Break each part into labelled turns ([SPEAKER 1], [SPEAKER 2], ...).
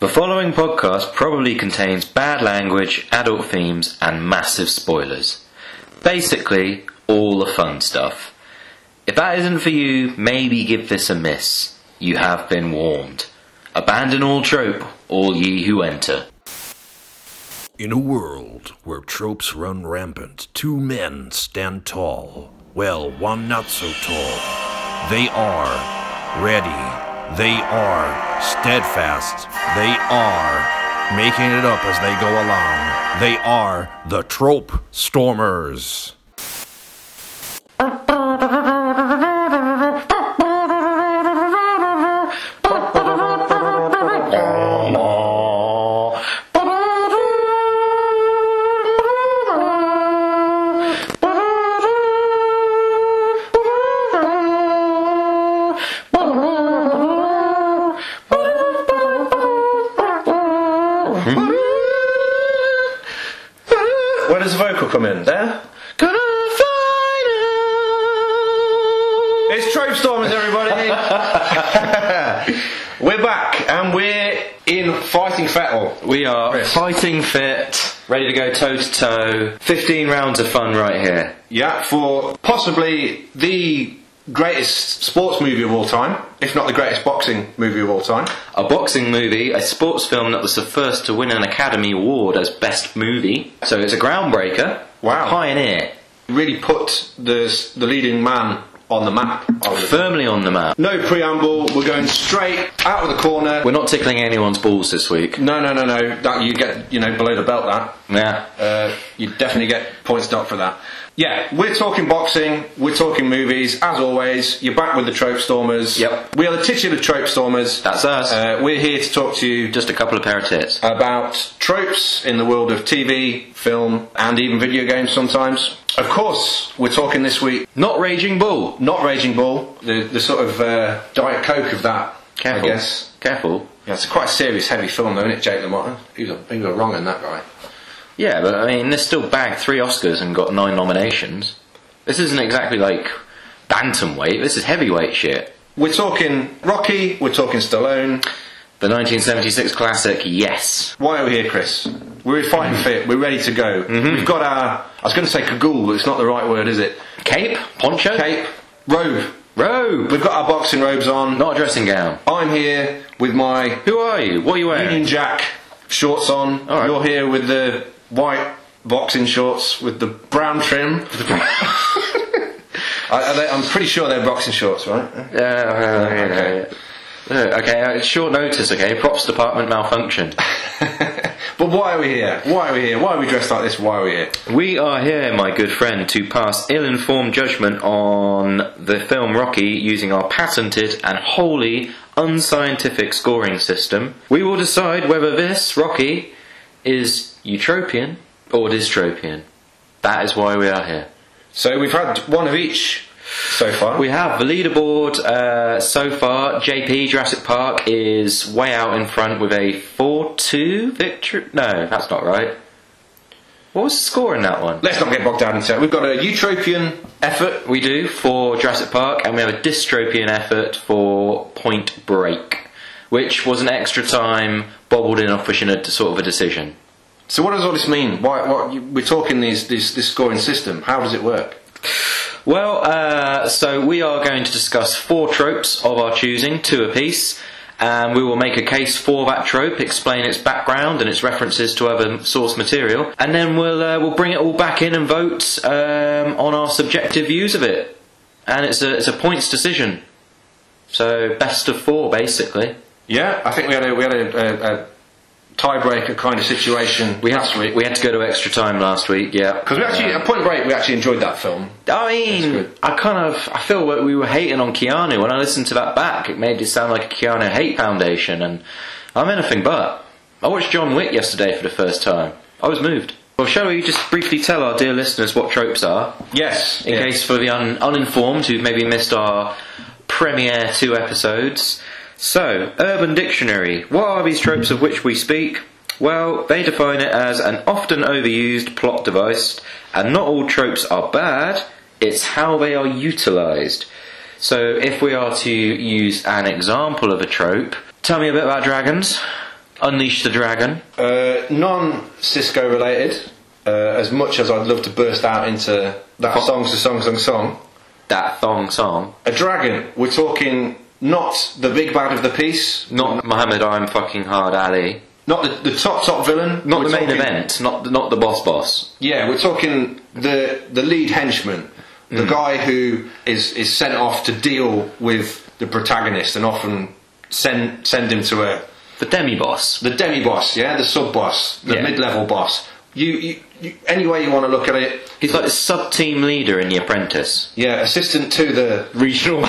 [SPEAKER 1] The following podcast probably contains bad language, adult themes, and massive spoilers. Basically, all the fun stuff. If that isn't for you, maybe give this a miss. You have been warned. Abandon all trope, all ye who enter.
[SPEAKER 2] In a world where tropes run rampant, two men stand tall. Well, one not so tall. They are ready. They are steadfast. They are making it up as they go along. They are the Trope Stormers.
[SPEAKER 1] Where does the vocal come in? There? Gonna find
[SPEAKER 3] It's Trope Stormers, everybody! we're back and we're in Fighting Fettle.
[SPEAKER 1] Oh, We are
[SPEAKER 3] Chris.
[SPEAKER 1] fighting fit, ready to go toe to toe. 15 rounds of fun right here.
[SPEAKER 3] Yeah, for possibly the greatest sports movie of all time, if not the greatest boxing movie of all time.
[SPEAKER 1] A boxing movie, a sports film that was the first to win an Academy Award as Best Movie. So it's a groundbreaker.
[SPEAKER 3] Wow.
[SPEAKER 1] Pioneer.
[SPEAKER 3] Really put the, the leading man on the map. obviously.
[SPEAKER 1] Firmly on the map.
[SPEAKER 3] No preamble, we're going straight out of the corner.
[SPEAKER 1] We're not tickling anyone's balls this week.
[SPEAKER 3] No, no, no, no. That you get, you know, below the belt. That
[SPEAKER 1] Yeah.
[SPEAKER 3] Uh, you definitely get points not for that. Yeah, we're talking boxing, we're talking movies. As always, you're back with the Trope Stormers.
[SPEAKER 1] Yep.
[SPEAKER 3] We are the titular Trope Stormers.
[SPEAKER 1] That's us.
[SPEAKER 3] Uh, we're here to talk to you
[SPEAKER 1] Just a couple of pair of tits.
[SPEAKER 3] about tropes in the world of TV, film, and even video games sometimes. Of course, we're talking this week
[SPEAKER 1] Not Raging Bull.
[SPEAKER 3] not Raging Bull, the, the sort of uh, Diet Coke of that,
[SPEAKER 1] Careful.
[SPEAKER 3] I guess.
[SPEAKER 1] Careful.
[SPEAKER 3] Yeah, it's quite a serious, heavy film, though, isn't it, Jake LaMotta? He was, a, he was a wrong in that guy.
[SPEAKER 1] Yeah, but I mean, this still bagged three Oscars and got nine nominations. This isn't exactly like bantamweight. This is heavyweight shit.
[SPEAKER 3] We're talking Rocky, we're talking Stallone.
[SPEAKER 1] The 1976 classic, yes.
[SPEAKER 3] Why are we here, Chris? We're in fighting fit, we're ready to go.
[SPEAKER 1] Mm-hmm.
[SPEAKER 3] We've got our, I was going to say cagoule, but it's not the right word, is it?
[SPEAKER 1] Cape, poncho,
[SPEAKER 3] Cape, robe.
[SPEAKER 1] robe.
[SPEAKER 3] We've got our boxing robes on.
[SPEAKER 1] Not a dressing gown.
[SPEAKER 3] I'm here with my
[SPEAKER 1] Who are you? What are you
[SPEAKER 3] Union
[SPEAKER 1] wearing?
[SPEAKER 3] Jack shorts on.
[SPEAKER 1] All right.
[SPEAKER 3] You're here with the white boxing shorts with the brown trim. I, are they, I'm pretty sure they're boxing shorts, right?
[SPEAKER 1] Uh, okay. okay, uh, short notice. Okay, props department malfunction.
[SPEAKER 3] but why are we here? Why are we here? Why are we dressed like this? Why are we here?
[SPEAKER 1] we are here, my good friend, to pass ill-informed judgment on the film Rocky using our patented and wholly unscientific scoring system. We will decide whether this Rocky is eutropian or dystropian. That is why we are here.
[SPEAKER 3] So we've had one of each so far.
[SPEAKER 1] We have the leaderboard uh, so far. JP Jurassic Park is way out in front with a four-two victory. No, that's not right. What was the score in that one?
[SPEAKER 3] Let's not get bogged down into it. We've got a Eutropian effort.
[SPEAKER 1] We do for Jurassic Park, and we have a dystropian effort for Point Break, which was an extra time bobbled in off pushing a sort of a decision.
[SPEAKER 3] So what does all this mean? Why, what, you- we're talking these, these, this scoring system. How does it work?
[SPEAKER 1] Well, uh, so we are going to discuss four tropes of our choosing, two apiece, and we will make a case for that trope, explain its background and its references to other source material, and then we'll uh, we'll bring it all back in and vote um, on our subjective views of it. And it's a it's a points decision, so best of four basically.
[SPEAKER 3] Yeah, I think we had a, we had a, a, a tiebreaker kind of situation
[SPEAKER 1] We had,
[SPEAKER 3] last week.
[SPEAKER 1] we had to go to extra time last week, yeah. Uh,
[SPEAKER 3] Because we actually, at Point Break, we actually enjoyed that film.
[SPEAKER 1] I mean,
[SPEAKER 3] good.
[SPEAKER 1] I kind of I feel like we were hating on Keanu. When I listened to that back, it made it sound like a Keanu hate foundation, and I'm anything but. I watched John Wick yesterday for the first time. I was moved. Well, shall we just briefly tell our dear listeners what tropes are,
[SPEAKER 3] Yes.
[SPEAKER 1] in
[SPEAKER 3] yeah.
[SPEAKER 1] case for the un- uninformed who've maybe missed our premiere two episodes? So, Urban Dictionary. What are these tropes of which we speak? Well, they define it as an often overused plot device, and not all tropes are bad, it's how they are utilised. So, if we are to use an example of a trope, tell me a bit about dragons. Unleash the Dragon.
[SPEAKER 3] Uh, non Cisco related, uh, as much as I'd love to burst out into that song's a song, song, song.
[SPEAKER 1] That thong song.
[SPEAKER 3] A dragon, we're talking not the big bad of the piece,
[SPEAKER 1] Not Muhammad I'm fucking hard Ali.
[SPEAKER 3] not the, the top, top villain.
[SPEAKER 1] Not
[SPEAKER 3] We're
[SPEAKER 1] the main
[SPEAKER 3] talking-
[SPEAKER 1] event. Not the, not the boss boss.
[SPEAKER 3] Yeah, we're talking the the lead henchman, the guy who is is sent off to deal with the protagonist, and often send send him to a
[SPEAKER 1] The demi boss.
[SPEAKER 3] the demi boss, yeah, the sub boss, the
[SPEAKER 1] Yeah.
[SPEAKER 3] mid level boss. You, you, you any way you want to look at it,
[SPEAKER 1] He's like the sub team leader in The Apprentice.
[SPEAKER 3] yeah, assistant to the
[SPEAKER 1] Regional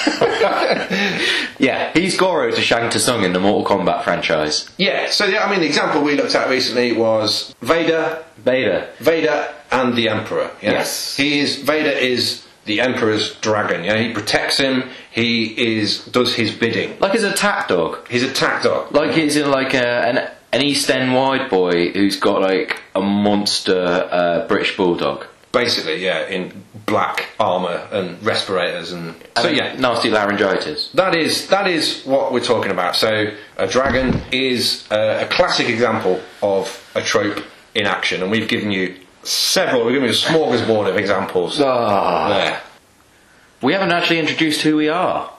[SPEAKER 1] manager. yeah, he's Goro to Shang Tsung in the Mortal Kombat franchise.
[SPEAKER 3] yeah. So yeah, I mean, the example we looked at recently was Vader,
[SPEAKER 1] Vader.
[SPEAKER 3] Vader and the Emperor. yeah?
[SPEAKER 1] Yes.
[SPEAKER 3] he is. Vader is the Emperor's dragon. Yeah, he protects him. He is does his bidding.
[SPEAKER 1] Like his attack dog.
[SPEAKER 3] He's uh, a tack dog.
[SPEAKER 1] Like he's in like a, an an East End wide boy who's got like a monster uh, British bulldog.
[SPEAKER 3] Basically, yeah, in black armor and respirators and, so
[SPEAKER 1] And
[SPEAKER 3] yeah.
[SPEAKER 1] nasty laryngitis.
[SPEAKER 3] That is that is what we're talking about. So a dragon is uh, a classic example of a trope in action, and we've given you several. We've given you a smorgasbord of examples
[SPEAKER 1] Ah.
[SPEAKER 3] there.
[SPEAKER 1] We haven't actually introduced who we are.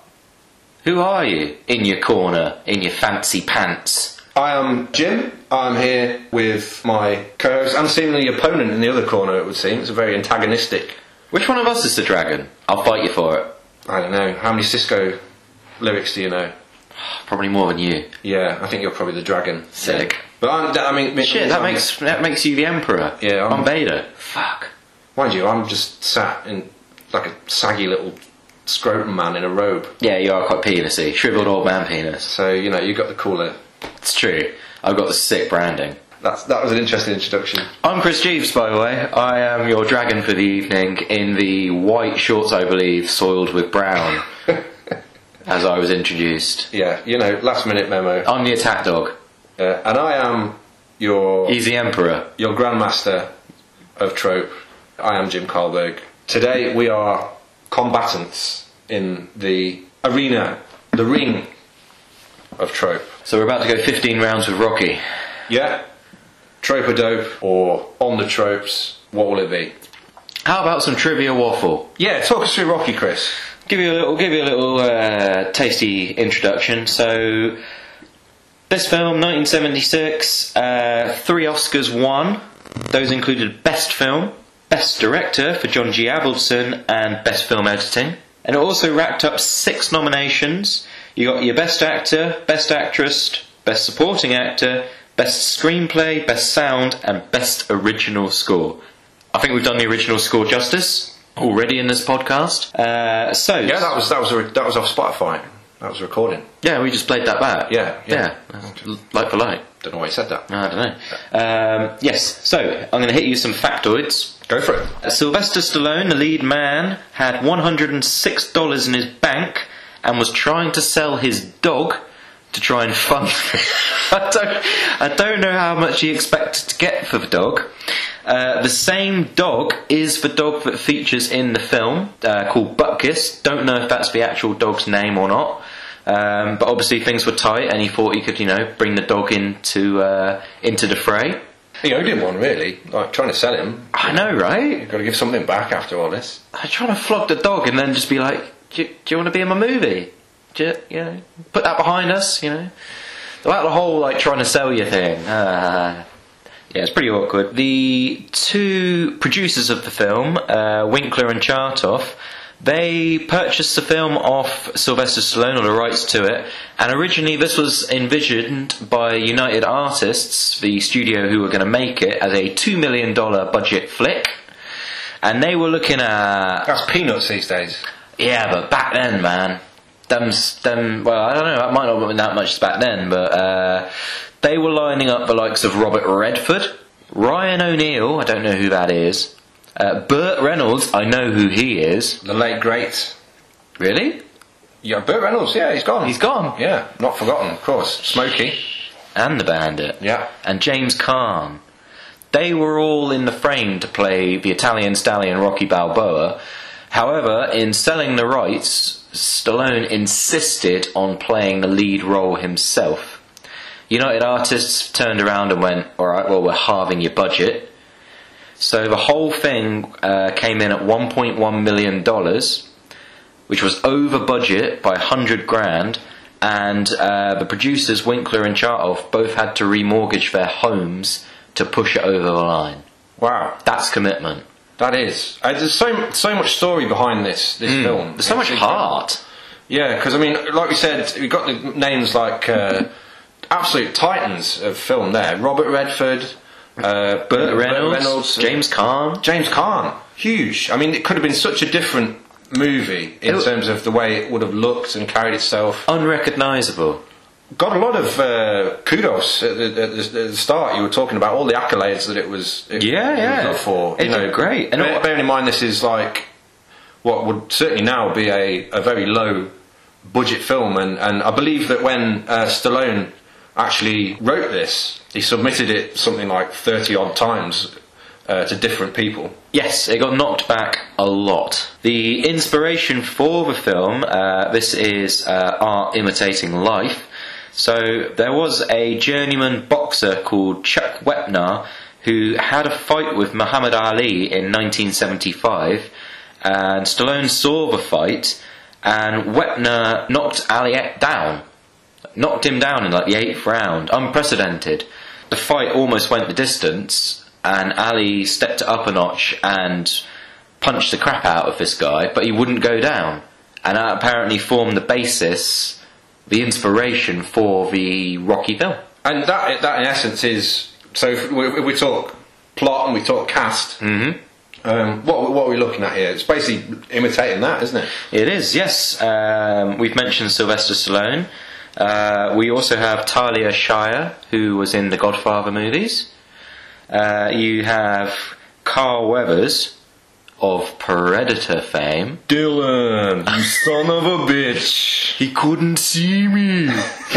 [SPEAKER 1] Who are you in your corner in your fancy pants?
[SPEAKER 3] I am Jim. I'm here with my co-host and seemingly opponent in the other corner. It would seem it's a very antagonistic.
[SPEAKER 1] Which one of us is the dragon? I'll fight you for it.
[SPEAKER 3] I don't know how many Cisco lyrics do you know?
[SPEAKER 1] Probably more than you.
[SPEAKER 3] Yeah, I think you're probably the dragon.
[SPEAKER 1] Sick.
[SPEAKER 3] But I'm, I mean,
[SPEAKER 1] Shit, that makes that makes you the emperor.
[SPEAKER 3] Yeah, I'm-
[SPEAKER 1] I'm Vader. Fuck.
[SPEAKER 3] Mind you, I'm just sat in like a saggy little scrotum man in a robe.
[SPEAKER 1] Yeah, you are quite penisy, shriveled old man penis.
[SPEAKER 3] So you know, you got the cooler.
[SPEAKER 1] It's true. I've got the sick branding.
[SPEAKER 3] That's that was an interesting introduction.
[SPEAKER 1] I'm Chris Jeeves, by the way. I am your dragon for the evening in the white shorts, I believe, soiled with brown, as I was introduced.
[SPEAKER 3] Yeah, you know, last minute memo.
[SPEAKER 1] I'm the attack dog.
[SPEAKER 3] Uh, and I am your
[SPEAKER 1] He's the emperor.
[SPEAKER 3] your grandmaster of trope. I am Jim Carlberg. Today we are combatants in the arena, the ring of trope.
[SPEAKER 1] So we're about to go 15 rounds with Rocky.
[SPEAKER 3] Yeah, trope or dope or on the tropes. What will it be?
[SPEAKER 1] How about some trivia waffle?
[SPEAKER 3] Yeah, talk us through Rocky, Chris.
[SPEAKER 1] Give you a little, give you a little uh, tasty introduction. So, this film, 1976, uh, three Oscars won. Those included Best Film, Best Director for John G. Avildsen, and Best Film Editing. And it also racked up six nominations. You got your Best Actor, Best Actress, Best Supporting Actor, Best Screenplay, Best Sound, and Best Original Score. I think we've done the original score justice already in this podcast. Uh, so
[SPEAKER 3] Yeah, that was that was a, that was off Spotify. That was a recording.
[SPEAKER 1] yeah, we just played that back.
[SPEAKER 3] Yeah, yeah.
[SPEAKER 1] yeah, like for like.
[SPEAKER 3] Don't know why he said that.
[SPEAKER 1] I don't know. Um, yes, so I'm going to hit you some factoids.
[SPEAKER 3] Go for it.
[SPEAKER 1] Uh, Sylvester Stallone, the lead man, had $106 in his bank and was trying to sell his dog to try and fund. I, don't, I don't know how much he expected to get for the dog. Uh, the same dog is the dog that features in the film uh, called Butkus. Don't know if that's the actual dog's name or not. Um, but obviously things were tight, and he thought he could, you know, bring the dog into uh, into the fray.
[SPEAKER 3] He owed him one, really. Like trying to sell him.
[SPEAKER 1] I know, right?
[SPEAKER 3] You've got to give something back after all this.
[SPEAKER 1] I'm trying to flog the dog and then just be like, do you, do you want to be in my movie? Do you, you know, put that behind us, you know? About the whole, like, trying to sell you thing. Uh, yeah, it's pretty awkward. The two producers of the film, uh, Winkler and Chartoff, they purchased the film off Sylvester Stallone or the rights to it, and originally this was envisioned by United Artists, the studio who were going to make it, as a $2 million budget flick. And they were looking at
[SPEAKER 3] That's peanuts these days.
[SPEAKER 1] yeah, but back then, man, them, them. Well, I don't know. That might not have been that much back then, but uh, they were lining up the likes of Robert Redford, Ryan O'Neill. I don't know who that is. Uh, Burt Reynolds. I know who he is.
[SPEAKER 3] The late great.
[SPEAKER 1] Really?
[SPEAKER 3] Yeah, Burt Reynolds. Yeah, he's gone.
[SPEAKER 1] He's gone.
[SPEAKER 3] Yeah, not forgotten, of course. Smokey.
[SPEAKER 1] And the Bandit.
[SPEAKER 3] Yeah.
[SPEAKER 1] And James Caan. They were all in the frame to play the Italian stallion Rocky Balboa. However, in selling the rights, Stallone insisted on playing the lead role himself. United Artists turned around and went, all right, well, we're halving your budget. So the whole thing uh, came in at 1.1 million dollars, which was over budget by 100 grand. And uh, the producers Winkler and Chartoff both had to remortgage their homes to push it over the line.
[SPEAKER 3] Wow,
[SPEAKER 1] That's commitment.
[SPEAKER 3] that is. Uh, there's so so much story behind this this film.
[SPEAKER 1] Hmm. There's so much
[SPEAKER 3] It's-
[SPEAKER 1] heart.
[SPEAKER 3] Yeah, because I mean, like we said, we've got the names like uh, absolute titans of film there: Robert Redford, uh,
[SPEAKER 1] Burt Reynolds, James Caan.
[SPEAKER 3] James Caan. Huge. I mean, it could have been such a different movie in
[SPEAKER 1] It-
[SPEAKER 3] terms of the way it would have looked and carried itself.
[SPEAKER 1] Unrecognisable.
[SPEAKER 3] Got a lot of uh, kudos at the, at, the, at the start. You were talking about all the accolades that it was. It,
[SPEAKER 1] Yeah,
[SPEAKER 3] it
[SPEAKER 1] yeah.
[SPEAKER 3] Was up for
[SPEAKER 1] It
[SPEAKER 3] you know,
[SPEAKER 1] did great. And
[SPEAKER 3] bear,
[SPEAKER 1] all-
[SPEAKER 3] bearing in mind, this is like what would certainly now be a, a very low budget film, and, and I believe that when uh, Stallone actually wrote this, he submitted it something like thirty odd times uh, to different people.
[SPEAKER 1] Yes, it got knocked back a lot. The inspiration for the film, uh, this is uh, art imitating life. So there was a journeyman boxer called Chuck Wepner who had a fight with Muhammad Ali in 1975, and Stallone saw the fight, and Wepner knocked Ali down knocked him down in like the eighth round, unprecedented. The fight almost went the distance, and Ali stepped it up a notch and punched the crap out of this guy, but he wouldn't go down. And that apparently formed the basis, the inspiration for the Rocky film.
[SPEAKER 3] And that, that in essence is so. If we, if we talk plot and we talk cast. Mm-hmm. Um, what, what are we looking at here? It's basically imitating that, isn't it?
[SPEAKER 1] It is, yes. Um, we've mentioned Sylvester Stallone. Uh, we also have Talia Shire, who was in the Godfather movies. Uh, you have Carl Weathers of Predator fame.
[SPEAKER 3] Dylan, you son of a bitch.
[SPEAKER 1] He couldn't see me.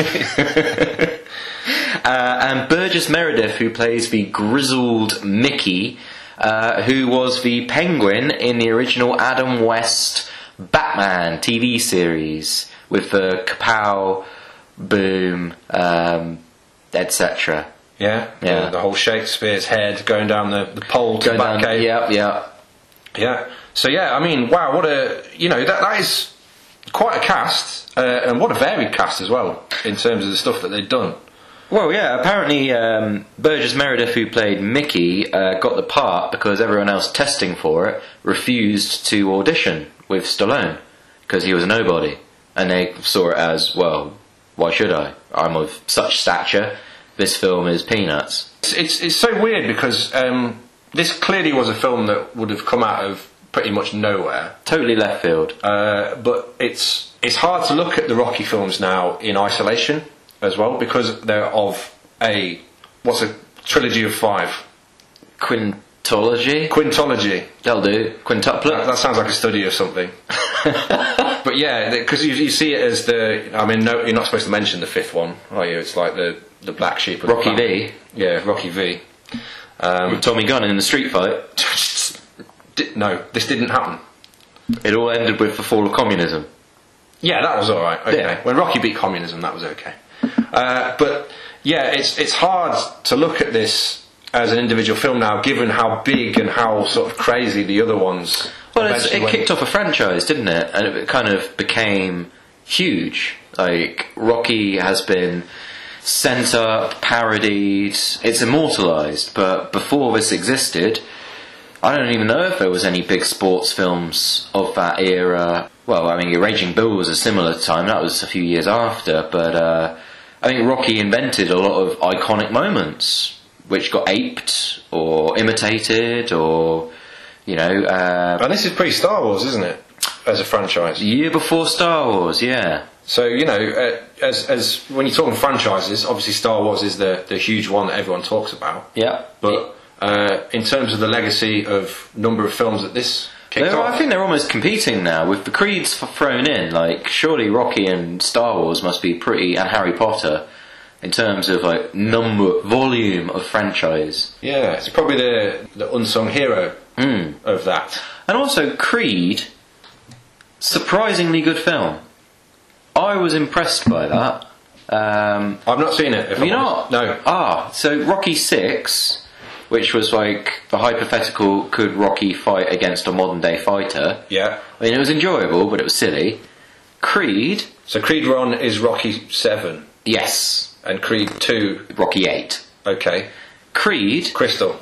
[SPEAKER 1] uh, and Burgess Meredith, who plays the grizzled Mickey, uh, who was the Penguin in the original Adam West Batman TV series with the Kapow, Boom, um, etc.
[SPEAKER 3] Yeah,
[SPEAKER 1] Yeah.
[SPEAKER 3] The, the whole Shakespeare's head going down the, the pole to the
[SPEAKER 1] down-
[SPEAKER 3] back cave.
[SPEAKER 1] Yep, yep.
[SPEAKER 3] Yeah. So yeah, I mean, wow, what a you know that that is quite a cast, uh, and what a varied cast as well in terms of the stuff that they've done.
[SPEAKER 1] Well, yeah, apparently um, Burgess Meredith, who played Mickey, uh, got the part because everyone else testing for it refused to audition with Stallone because he was a nobody. And they saw it as, well, why should I? I'm of such stature. This film is peanuts.
[SPEAKER 3] It's it's, it's so weird because um, this clearly was a film that would have come out of pretty much nowhere.
[SPEAKER 1] Totally left field.
[SPEAKER 3] Uh, but it's it's hard to look at the Rocky films now in isolation as well because they're of a what's a trilogy of five
[SPEAKER 1] Quintology?
[SPEAKER 3] quintology.
[SPEAKER 1] They'll do.
[SPEAKER 3] That,
[SPEAKER 1] Quintuplet?
[SPEAKER 3] that sounds like a study of something. but yeah, because you, you see it as the I mean no, you're not supposed to mention the fifth one, are you? It's like the the black sheep. Of the
[SPEAKER 1] Rocky
[SPEAKER 3] family.
[SPEAKER 1] V.
[SPEAKER 3] Yeah, Rocky V. Um,
[SPEAKER 1] Tommy Gunn in the street fight.
[SPEAKER 3] di- no, this didn't happen.
[SPEAKER 1] It all ended with the fall of communism.
[SPEAKER 3] Yeah, that was all right. Okay,
[SPEAKER 1] Yeah.
[SPEAKER 3] when Rocky beat communism, that was okay. Uh, but yeah, it's it's hard to look at this as an individual film now, given how big and how sort of crazy the other ones.
[SPEAKER 1] Well, it's,
[SPEAKER 3] eventually
[SPEAKER 1] it
[SPEAKER 3] went.
[SPEAKER 1] kicked off a franchise, didn't it? And it kind of became huge. Like Rocky has been sent up, parodied, it's immortalized. But before this existed, I don't even know if there was any big sports films of that era. Well, I mean, Raging Bull was a similar time. That was a few years after, but uh, I think Rocky invented a lot of iconic moments, which got aped or imitated, or you know, uh,
[SPEAKER 3] And this is pre Star Wars, isn't it? As a franchise.
[SPEAKER 1] the year before Star Wars. Yeah,
[SPEAKER 3] So you know, uh, as as when you're talking franchises, obviously Star Wars is the the huge one that everyone talks about.
[SPEAKER 1] yeah.
[SPEAKER 3] But uh, in terms of the legacy of number of films that this kicked
[SPEAKER 1] They're-
[SPEAKER 3] off,
[SPEAKER 1] I think they're almost competing now with the creeds f- thrown in. Like, surely Rocky and Star Wars must be pretty, and Harry Potter, in terms of like number, volume of franchise. Hmm.
[SPEAKER 3] yeah, it's probably the the unsung hero of that.
[SPEAKER 1] And also Creed, surprisingly good film. I was impressed by that. Um,
[SPEAKER 3] I've not seen it. If
[SPEAKER 1] have you
[SPEAKER 3] I'm
[SPEAKER 1] not?
[SPEAKER 3] honest. No.
[SPEAKER 1] Ah, so Rocky Six, which was like the hypothetical, could Rocky fight against a modern day fighter?
[SPEAKER 3] Yeah.
[SPEAKER 1] I mean, it was enjoyable, but it was silly. Creed,
[SPEAKER 3] So Creed One is Rocky Seven,
[SPEAKER 1] yes.
[SPEAKER 3] and Creed Two.
[SPEAKER 1] Rocky Eight.
[SPEAKER 3] Okay.
[SPEAKER 1] Creed,
[SPEAKER 3] Crystal.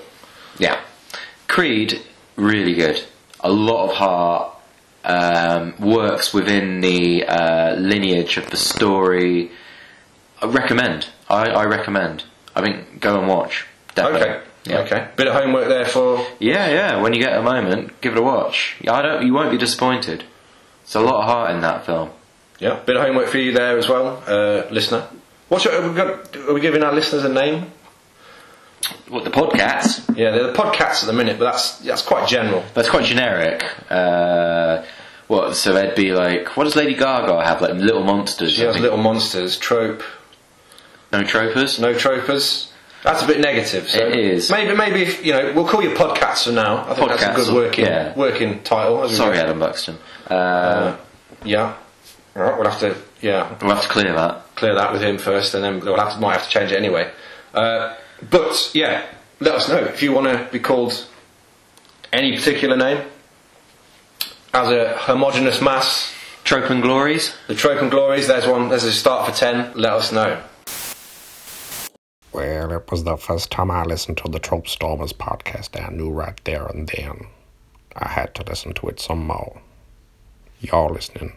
[SPEAKER 1] yeah. Creed, really good. A lot of heart. Um, works within the uh, lineage of the story. I recommend. I, I recommend. I think go and watch. Definitely.
[SPEAKER 3] Okay.
[SPEAKER 1] Yeah.
[SPEAKER 3] Okay. Bit of homework there for.
[SPEAKER 1] Yeah, yeah. When you get a moment, give it a watch. I don't. You won't be disappointed. It's a lot of heart in that film.
[SPEAKER 3] Yeah. Bit of homework for you there as well, uh, listener. What's your, have we got, are we giving our listeners a name?
[SPEAKER 1] What the podcast?
[SPEAKER 3] Yeah, they're the podcasts at the minute, but that's that's quite general.
[SPEAKER 1] That's quite generic. Uh, what? So they'd be like, what does Lady Gaga have? Like little monsters.
[SPEAKER 3] She
[SPEAKER 1] I
[SPEAKER 3] has
[SPEAKER 1] think.
[SPEAKER 3] little monsters, trope,
[SPEAKER 1] No tropers.
[SPEAKER 3] no tropers. That's a bit negative. So
[SPEAKER 1] It is.
[SPEAKER 3] Maybe, maybe if, you know, we'll call you podcasts for now. I think that's a
[SPEAKER 1] Podcasts,
[SPEAKER 3] good working
[SPEAKER 1] yeah.
[SPEAKER 3] working title. as we
[SPEAKER 1] Sorry,
[SPEAKER 3] go.
[SPEAKER 1] Adam Buxton. Uh,
[SPEAKER 3] Yeah. All right, we'll have to yeah
[SPEAKER 1] we'll have to clear that.
[SPEAKER 3] clear that with him first, and then we'll have to, might have to change it anyway. Uh, but yeah, let us know if you want to be called any particular name as a homogenous mass.
[SPEAKER 1] Trope and glories.
[SPEAKER 3] The trope and glories. There's one. There's a start for ten. Let us know.
[SPEAKER 4] Well, it was the first time I listened to the Trope Stormers podcast. I knew right there and then I had to listen to it some more. Y'all listening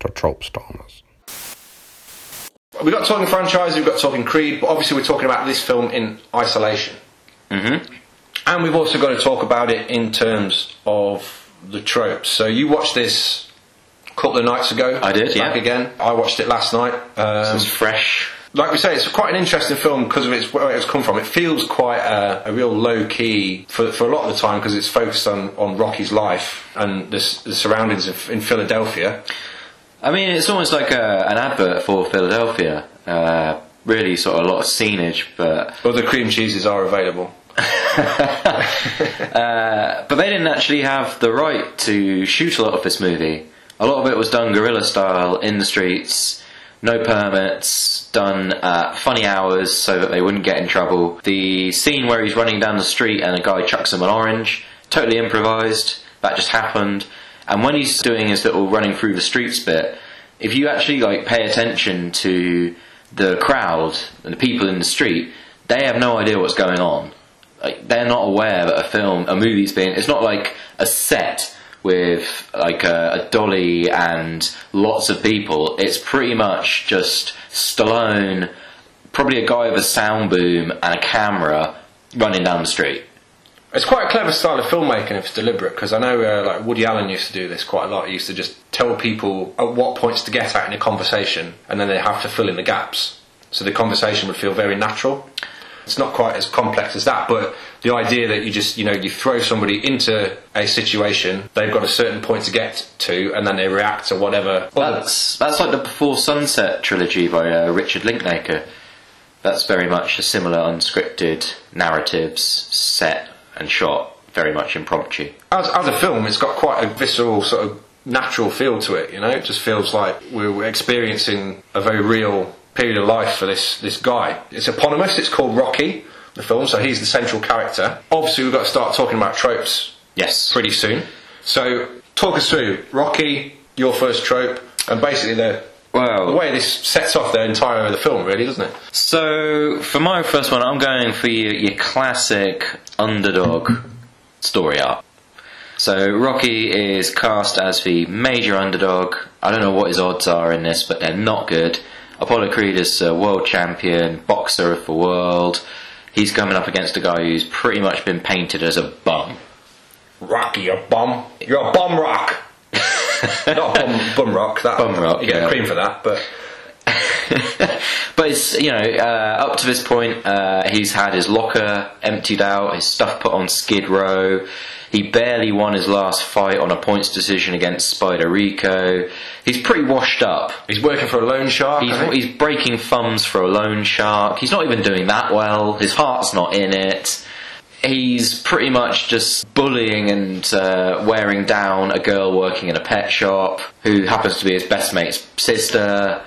[SPEAKER 4] to Trope Stormers.
[SPEAKER 3] We've got talking franchise, we've got talking Creed, but obviously we're talking about this film in isolation. Mm-hmm. And we've also got to talk about it in terms of the tropes. So you watched this a couple of nights ago.
[SPEAKER 1] I did,
[SPEAKER 3] Back
[SPEAKER 1] yeah.
[SPEAKER 3] again. I watched it last night. Um,
[SPEAKER 1] It's fresh.
[SPEAKER 3] like we say, it's quite an interesting film because of its, where it's come from. It feels quite a, a real low key for, for a lot of the time because it's focused on, on Rocky's life and the, s- the surroundings of, in Philadelphia.
[SPEAKER 1] I mean, it's almost like a, an advert for Philadelphia. Uh, really, sort of a lot of scenage, but
[SPEAKER 3] Well, the cream cheeses are available.
[SPEAKER 1] But they didn't actually have the right to shoot a lot of this movie. A lot of it was done guerrilla style in the streets, no permits, done at funny hours so that they wouldn't get in trouble. The scene where he's running down the street and a guy chucks him an orange, totally improvised, that just happened. And when he's doing his little running through the streets bit, if you actually like pay attention to the crowd and the people in the street, they have no idea what's going on like they're not aware that a film, a movie's been. It's not like a set with like a, a dolly and lots of people. It's pretty much just Stallone, probably a guy with a sound boom and a camera running down the street.
[SPEAKER 3] It's quite a clever style of filmmaking if it's deliberate, because I know uh, like Woody Allen used to do this quite a lot. He used to just tell people at what points to get at in a conversation, and then they have to fill in the gaps. So the conversation would feel very natural. It's not quite as complex as that, but the idea that you just you know you throw somebody into a situation, they've got a certain point to get to, and then they react to whatever.
[SPEAKER 1] That's that's like the Before Sunset trilogy by uh, Richard Linklater. That's very much a similar unscripted narratives set and shot, very much impromptu.
[SPEAKER 3] as, as a film, it's got quite a visceral sort of natural feel to it. You know, it just feels like we're we're experiencing a very real period of life for this this guy. It's eponymous. It's called Rocky, the film. So he's the central character. Obviously, we've got to start talking about tropes
[SPEAKER 1] Yes.
[SPEAKER 3] pretty soon. So talk us through Rocky, your first trope, and basically the.
[SPEAKER 1] Well-
[SPEAKER 3] the way this sets off the entire of the film, really, doesn't it?
[SPEAKER 1] So for my first one, I'm going for your, your classic underdog story arc. So Rocky is cast as the major underdog. I don't know what his odds are in this, but they're not good. Apollo Creed is a world champion, boxer of the world. He's coming up against a guy who's pretty much been painted as a bum.
[SPEAKER 3] Rocky, you're a bum. You're a bum rock. Not a bum, bum rock. That,
[SPEAKER 1] Bum rock,
[SPEAKER 3] You get
[SPEAKER 1] yeah.
[SPEAKER 3] a cream for that, but
[SPEAKER 1] but it's you know uh, up to this point uh, he's had his locker emptied out his stuff put on skid row he barely won his last fight on a points decision against spider rico he's pretty washed up
[SPEAKER 3] He's working for a loan shark.
[SPEAKER 1] he's,
[SPEAKER 3] I think.
[SPEAKER 1] he's breaking thumbs for a loan shark he's not even doing that well his heart's not in it he's pretty much just bullying and uh, wearing down a girl working in a pet shop who happens to be his best mate's sister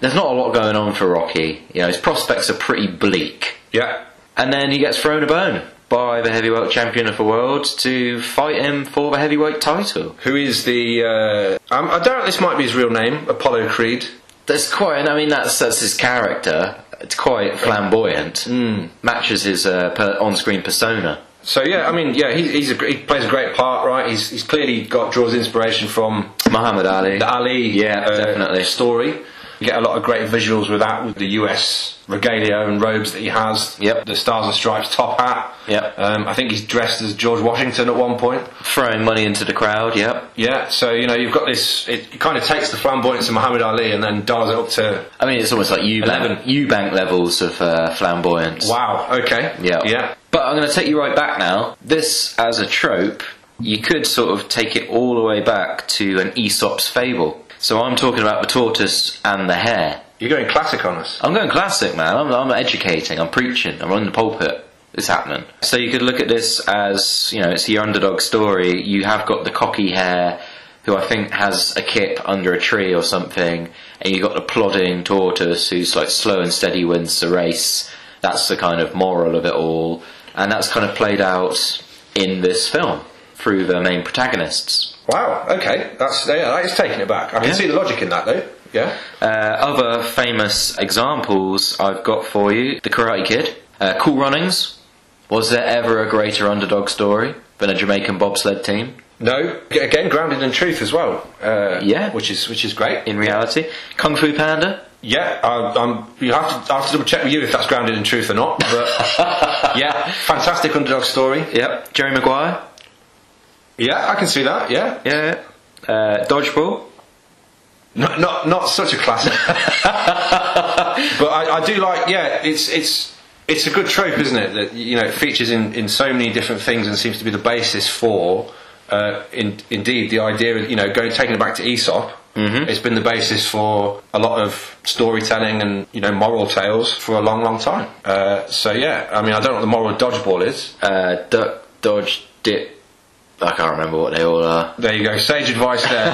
[SPEAKER 1] There's not a lot going on for Rocky. You know, his prospects are pretty bleak.
[SPEAKER 3] Yeah.
[SPEAKER 1] And then he gets thrown a bone by the heavyweight champion of the world to fight him for the heavyweight title.
[SPEAKER 3] Who is the? Uh, um, I doubt this might be his real name. Apollo Creed.
[SPEAKER 1] That's quite. I mean, that's that's his character. It's quite flamboyant. Mm. Matches his uh, per, on-screen persona.
[SPEAKER 3] So yeah, I mean, yeah, he, he's a, gr- he plays a great part, right? He's, he's clearly got draws inspiration from
[SPEAKER 1] Muhammad Ali.
[SPEAKER 3] the Ali,
[SPEAKER 1] Yeah,
[SPEAKER 3] uh,
[SPEAKER 1] definitely.
[SPEAKER 3] story. You get a lot of great visuals with that, with the US regalia and robes that he has.
[SPEAKER 1] Yep.
[SPEAKER 3] The Stars and Stripes top hat.
[SPEAKER 1] Yep.
[SPEAKER 3] Um, I think he's dressed as George Washington at one point.
[SPEAKER 1] Throwing money into the crowd. Yep.
[SPEAKER 3] Yeah. So you know you've got this. It kind of takes the flamboyance of Muhammad Ali and then dials it up to
[SPEAKER 1] I mean, it's almost like Eubank,
[SPEAKER 3] Eleven.
[SPEAKER 1] Eubank levels of uh, flamboyance.
[SPEAKER 3] wow. Okay.
[SPEAKER 1] Yeah.
[SPEAKER 3] Yeah.
[SPEAKER 1] But I'm going to take you right back now. This, as a trope, you could sort of take it all the way back to an Aesop's fable. So I'm talking about the tortoise and the hare.
[SPEAKER 3] You're going classic on us.
[SPEAKER 1] I'm going classic, man. I'm, I'm educating. I'm preaching. I'm on the pulpit. It's happening. So you could look at this as you know, it's your underdog story. You have got the cocky hare, who I think has a kip under a tree or something, and you got the plodding tortoise who's like slow and steady wins the race. That's the kind of moral of it all, and that's kind of played out in this film through the main protagonists.
[SPEAKER 3] Wow. Okay. That's yeah, that is taking it back. I can
[SPEAKER 1] Yeah.
[SPEAKER 3] see the logic in that though. Yeah.
[SPEAKER 1] Uh, other famous examples I've got for you The Karate Kid, uh, Cool Runnings. Was there ever a greater underdog story than a Jamaican bobsled team?
[SPEAKER 3] No. Again, grounded in truth as well. Uh,
[SPEAKER 1] Yeah.
[SPEAKER 3] Which is which is great.
[SPEAKER 1] In reality, Kung Fu Panda.
[SPEAKER 3] Yeah, I, um, you have to, I have to double check with you if that's grounded in truth or not. But yeah, fantastic underdog story.
[SPEAKER 1] Yep. Jerry Maguire.
[SPEAKER 3] Yeah, I can see that. Yeah,
[SPEAKER 1] Yeah. Uh, dodgeball.
[SPEAKER 3] not not, not such a classic, but I, I do like. Yeah, it's it's it's a good trope, isn't it? That you know it features in, in so many different things and seems to be the basis for. Uh, in, indeed, the idea of you know going taking it back to Aesop,
[SPEAKER 1] Mm-hmm.
[SPEAKER 3] it's been the basis for a lot of storytelling and you know moral tales for a long, long time. Uh, so yeah, I mean, I don't know what the moral of dodgeball is.
[SPEAKER 1] Uh, duck, dodge, dip. I can't remember what they all are.
[SPEAKER 3] There you go, sage advice there,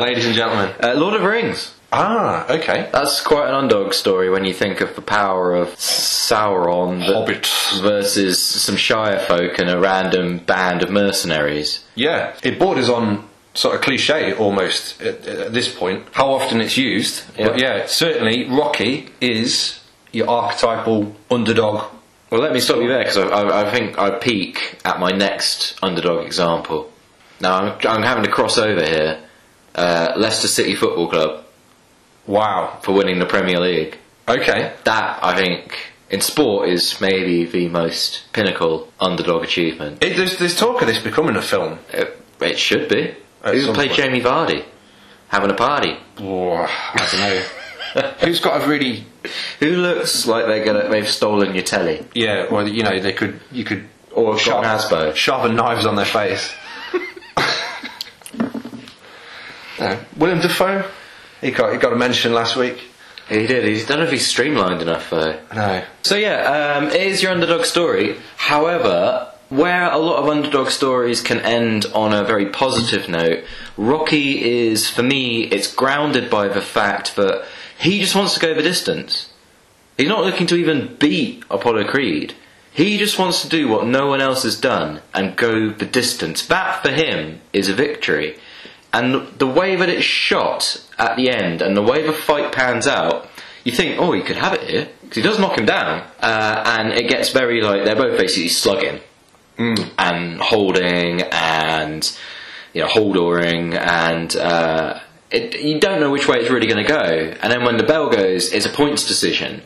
[SPEAKER 3] ladies and gentlemen.
[SPEAKER 1] Uh, Lord of the Rings.
[SPEAKER 3] Ah, okay.
[SPEAKER 1] That's quite an underdog story when you think of the power of Sauron the-
[SPEAKER 3] Hobbits.
[SPEAKER 1] versus some Shire folk and a random band of mercenaries.
[SPEAKER 3] Yeah, it borders on sort of cliche almost at, at this point. How often it's used, but
[SPEAKER 1] Yeah.
[SPEAKER 3] yeah, certainly Rocky is your archetypal underdog.
[SPEAKER 1] Well, let me stop you there because I, I, I think I peak at my next underdog example. Now I'm, I'm having to cross over here. Uh, Leicester City Football Club
[SPEAKER 3] Wow.
[SPEAKER 1] for winning the Premier League.
[SPEAKER 3] Okay.
[SPEAKER 1] That I think in sport is maybe the most pinnacle underdog achievement.
[SPEAKER 3] It, there's, there's talk of this becoming a film.
[SPEAKER 1] It, it should be.
[SPEAKER 3] At
[SPEAKER 1] Who
[SPEAKER 3] some
[SPEAKER 1] played
[SPEAKER 3] point.
[SPEAKER 1] Jamie Vardy? Having a party.
[SPEAKER 3] Oh, I don't know. Who's got a really
[SPEAKER 1] Who looks like they're gonna they've stolen your telly?
[SPEAKER 3] yeah? Well, you know, they could you could
[SPEAKER 1] Or shot an Asbo.
[SPEAKER 3] sharpen knives on their face. no. Uh, William Defoe, he got he got a mention last week.
[SPEAKER 1] He did. He's, I don't know if he's streamlined enough though.
[SPEAKER 3] No.
[SPEAKER 1] So yeah, um, it is your underdog story. However, where a lot of underdog stories can end on a very positive note, Rocky is for me. It's grounded by the fact that he just wants to go the distance. He's not looking to even beat Apollo Creed. He just wants to do what no one else has done and go the distance. That for him is a victory. And the way that it's shot at the end and the way the fight pans out, you think, oh, he could have it here. Because he does knock him down. Uh, and it gets very like, they're both basically slugging and holding and you know holdoring and uh, it, you don't know which way it's really going to go. And then when the bell goes, it's a points decision.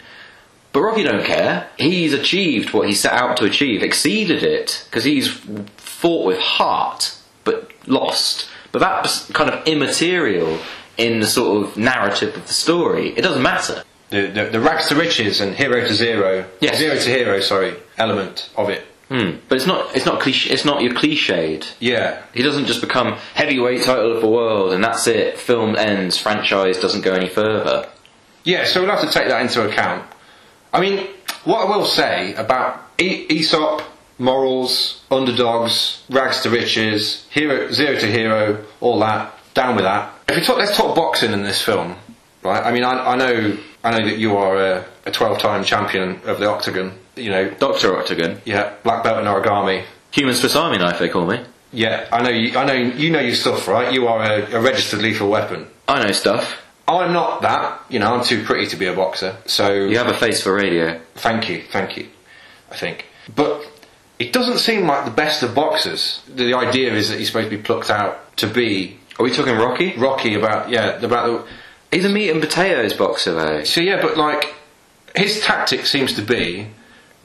[SPEAKER 1] But Rocky don't care. He's achieved what he set out to achieve, exceeded it because he's fought with heart but lost. But that's kind of immaterial in the sort of narrative of the story. It doesn't matter.
[SPEAKER 3] The, the the rags to riches and hero to zero,
[SPEAKER 1] Yes.
[SPEAKER 3] zero to hero, sorry, element of it.
[SPEAKER 1] Hmm. But it's not. It's not cliche. It's not your cliched.
[SPEAKER 3] Yeah.
[SPEAKER 1] He doesn't just become heavyweight title of the world and that's it. Film ends, franchise doesn't go any further.
[SPEAKER 3] Yeah, so we'll have to take that into account. I mean, what I will say about e- Aesop, morals, underdogs, rags to riches, hero, zero to hero, all that, down with that. If we talk, let's talk boxing in this film. right? I mean, I, I know, I know that you are a, a 12-time champion of the octagon. You know,
[SPEAKER 1] Doctor Octagon,
[SPEAKER 3] yeah, black belt in origami.
[SPEAKER 1] human Swiss Army knife, they call me.
[SPEAKER 3] Yeah, I know. You, I know. You know your stuff, right? You are a, a registered lethal weapon.
[SPEAKER 1] I know stuff.
[SPEAKER 3] I'm not that. You know, I'm too pretty to be a boxer. So
[SPEAKER 1] You have a face for radio.
[SPEAKER 3] Thank you, thank you. I think, but it doesn't seem like the best of boxers. The idea is that he's supposed to be plucked out to be
[SPEAKER 1] Are we talking Rocky?
[SPEAKER 3] Rocky about yeah about the.
[SPEAKER 1] He's a meat and potatoes boxer though.
[SPEAKER 3] So yeah, but like his tactic seems to be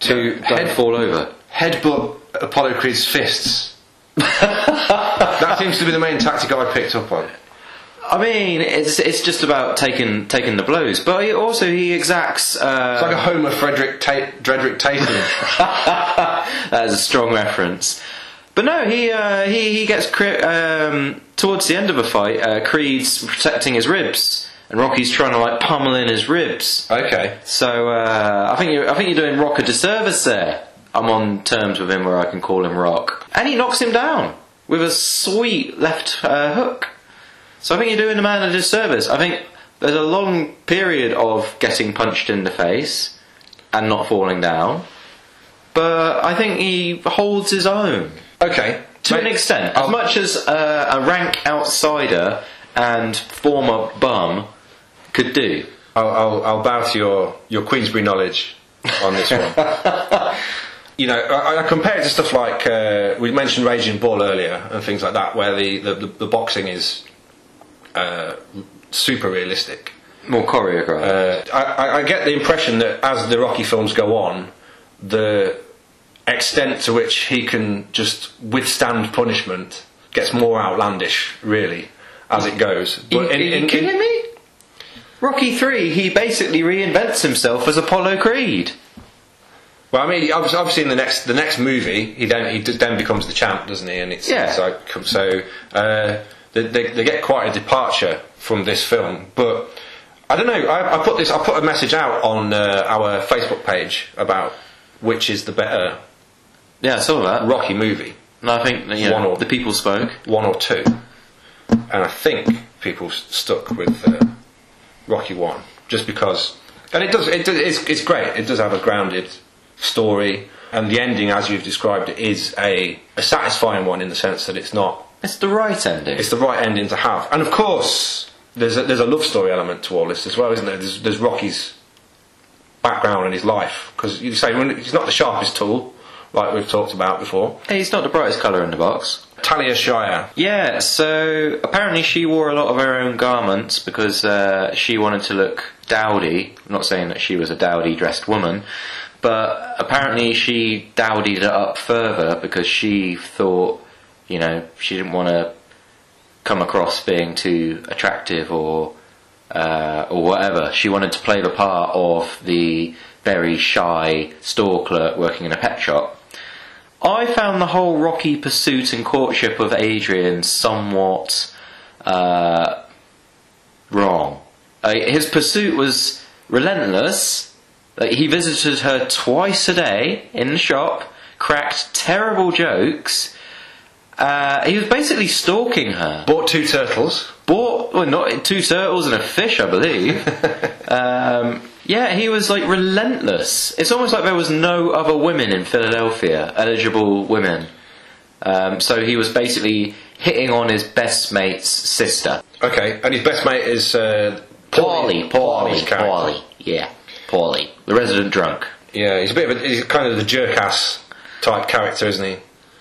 [SPEAKER 3] to
[SPEAKER 1] Head
[SPEAKER 3] head
[SPEAKER 1] fall over.
[SPEAKER 3] headbutt Apollo Creed's fists. that seems to be the main tactic I picked up on.
[SPEAKER 1] I mean, it's it's just about taking taking the blows, but he also he exacts. Uh,
[SPEAKER 3] It's like a Homer Frederick Ta- Frederick Tatum.
[SPEAKER 1] that is a strong reference. But no, he uh, he he gets Cre- um, towards the end of a fight. Uh, Creed's protecting his ribs, and Rocky's trying to like pummel in his ribs.
[SPEAKER 3] okay.
[SPEAKER 1] So uh, I think you're, I think you're doing Rock a disservice there. I'm on terms with him where I can call him Rock, and he knocks him down with a sweet left uh, hook. So I think you're doing the man a disservice. I think there's a long period of getting punched in the face and not falling down, but I think he holds his own
[SPEAKER 3] Okay.
[SPEAKER 1] to an
[SPEAKER 3] Mate,
[SPEAKER 1] extent. As
[SPEAKER 3] I'll-
[SPEAKER 1] much as uh, a rank outsider and former bum could do.
[SPEAKER 3] I'll, I'll, I'll bow to your, your Queensbury knowledge on this one. you know, I, I compare it to stuff like uh, we mentioned Raging Bull earlier and things like that, where the, the, the, the boxing is uh, super realistic.
[SPEAKER 1] More choreographed.
[SPEAKER 3] Uh, I, I- I get the impression that as the Rocky films go on, the extent to which he can just withstand punishment gets more outlandish, really, as it goes.
[SPEAKER 1] Are you- are you kidding me? Rocky Three, he basically reinvents himself as Apollo Creed.
[SPEAKER 3] Well, I mean, obviously, obviously in the next the next movie, he then he d- then becomes the champ, doesn't he? And it's,
[SPEAKER 1] Yeah.
[SPEAKER 3] it's like so uh, they, they they get quite a departure from this film, but I don't know. I, I put this I put a message out on uh, our Facebook page about which is the better
[SPEAKER 1] Yeah, I saw that.
[SPEAKER 3] Rocky movie,
[SPEAKER 1] And I think you know,
[SPEAKER 3] One or-
[SPEAKER 1] the people spoke.
[SPEAKER 3] one or two, and I think people s- stuck with uh, Rocky one just because, and it does it does, it's it's great. It does have a grounded story, and the ending, as you've described, it is a a satisfying one in the sense that it's not
[SPEAKER 1] It's the right ending.
[SPEAKER 3] it's the right ending to have, and of course there's a, there's a love story element to all this as well, isn't there? There's, there's Rocky's background and his life because you say well, he's not the sharpest tool like we've talked about before.
[SPEAKER 1] Hey, He's not the brightest colour in the box.
[SPEAKER 3] Talia Shire.
[SPEAKER 1] Yeah, so apparently she wore a lot of her own garments because uh, she wanted to look dowdy. I'm not saying that she was a dowdy dressed woman, but apparently she dowdied it up further because she thought, you know, she didn't want to come across being too attractive or uh, or whatever. She wanted to play the part of the very shy store clerk working in a pet shop. I found the whole rocky pursuit and courtship of Adrian somewhat uh, wrong. Uh, his pursuit was relentless. Like, he visited her twice a day in the shop, cracked terrible jokes. Uh, he was basically stalking her
[SPEAKER 3] Bought two turtles.
[SPEAKER 1] bought well not two turtles and a fish i believe um, yeah he was like relentless it's almost like there was no other women in philadelphia eligible women um, so he was basically hitting on his best mate's sister
[SPEAKER 3] Okay, and his best mate is uh,
[SPEAKER 1] paulie paulie
[SPEAKER 3] Paulie's character.
[SPEAKER 1] paulie yeah paulie the resident drunk
[SPEAKER 3] Yeah, he's a bit of a, he's kind of the jerk ass type character, isn't he?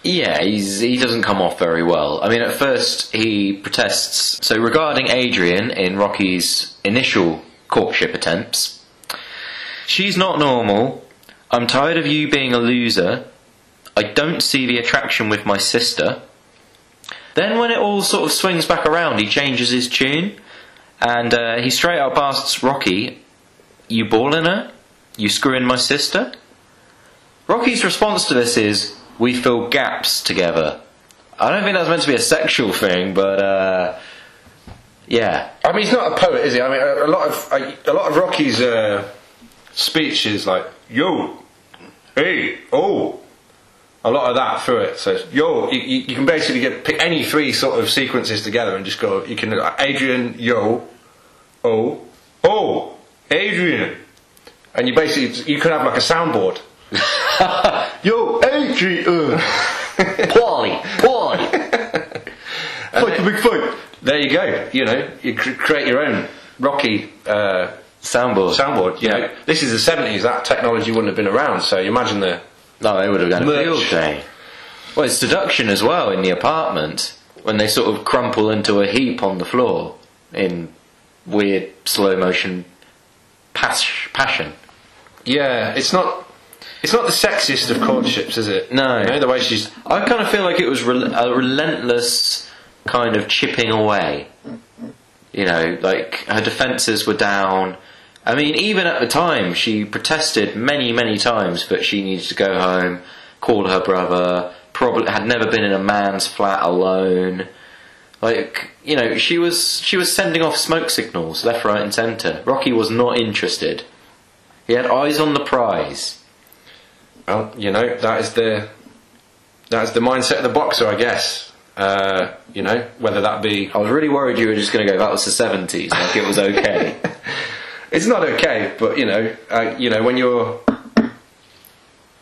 [SPEAKER 1] Yeah, he's, he doesn't come off very well. I mean, at first he protests. So, regarding Adrian in Rocky's initial courtship attempts, she's not normal. I'm tired of you being a loser. I don't see the attraction with my sister. Then, when it all sort of swings back around, he changes his tune and uh, he straight up asks Rocky, You balling her? You screwing my sister? Rocky's response to this is, "We fill gaps together." I don't think that's meant to be a sexual thing, but uh, yeah,
[SPEAKER 3] I mean, he's not a poet, is he? I mean, a, a lot of a, a lot of Rocky's uh, speech is like yo, hey, oh, a lot of that through it. So it's, yo, you, you, you can basically get pick any three sort of sequences together and just go. You can Adrian, yo, oh, oh, Adrian. And you basically, you could have like a soundboard. Yo, Adrian!
[SPEAKER 1] Poorly, poorly.
[SPEAKER 3] Fight the big fight. There you go. You know, you cr- create your own Rocky uh,
[SPEAKER 1] Soundboard.
[SPEAKER 3] soundboard. You know, this is the seventies. That technology wouldn't have been around. So you imagine the
[SPEAKER 1] No, they would have done a
[SPEAKER 3] Merch.
[SPEAKER 1] field day. Well, it's seduction as well in the apartment when they sort of crumple into a heap on the floor in weird slow motion pas- passion.
[SPEAKER 3] yeah. It's not. It's not the sexiest of courtships, is it?
[SPEAKER 1] No.
[SPEAKER 3] You know, the way she's
[SPEAKER 1] I kind of feel like it was rel- a relentless kind of chipping away. You know, like her defences were down. I mean, even at the time, she protested many, many times that she needed to go home, called her brother, probably had never been in a man's flat alone. Like, you know, she was she was sending off smoke signals left, right, and centre. Rocky was not interested. He had eyes on the prize.
[SPEAKER 3] Well, you know, that is the that is the mindset of the boxer, I guess. Uh, you know, whether that be
[SPEAKER 1] I was really worried you were just going to go. That was the seventies. Like it was okay.
[SPEAKER 3] it's not okay, but you know, uh, you know when you're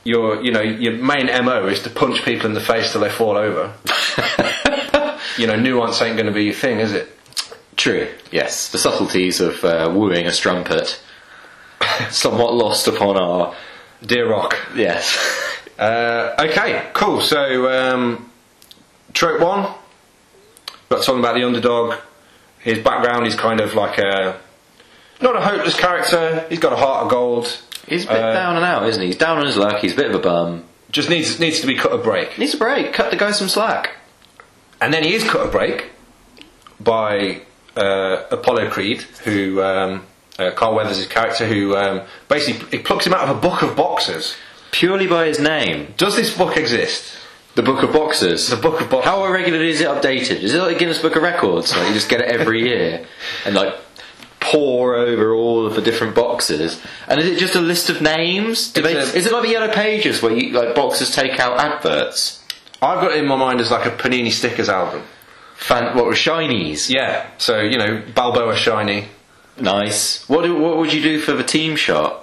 [SPEAKER 3] your you know your main mo is to punch people in the face till they fall over. you know, nuance ain't going to be your thing, is it?
[SPEAKER 1] True. Yes, the subtleties of uh, wooing a strumpet, somewhat lost upon our
[SPEAKER 3] Dear Rock.
[SPEAKER 1] yes.
[SPEAKER 3] Uh, okay, cool. So um, trope one. Got talking about the underdog. His background is kind of like a not a hopeless character. He's got a heart of gold.
[SPEAKER 1] He's a bit
[SPEAKER 3] Uh,
[SPEAKER 1] down and out, isn't he? He's down on his luck. He's a bit of a bum.
[SPEAKER 3] Just needs needs to be cut a break.
[SPEAKER 1] Needs a break. Cut the guy some slack.
[SPEAKER 3] And then he is cut a break by uh, Apollo Creed, who um, uh, Carl Weathers' character, who um, basically he plucks him out of a book of boxers.
[SPEAKER 1] Purely by his name,
[SPEAKER 3] Does this book exist?
[SPEAKER 1] the Book of Boxers.
[SPEAKER 3] The book of boxers.
[SPEAKER 1] How irregularly is it updated? Is it like Guinness Book of Records? Like you just get it every year and like pour over all of the different boxes. And is it just a list of names? Do they,
[SPEAKER 3] It's a-
[SPEAKER 1] is it like the yellow pages where you like boxes take out adverts?
[SPEAKER 3] I've got it in my mind as like a Panini stickers album.
[SPEAKER 1] Fan, what were shinies?
[SPEAKER 3] Yeah. So you know, Balboa shiny.
[SPEAKER 1] Nice. What do, what would you do for the team shot?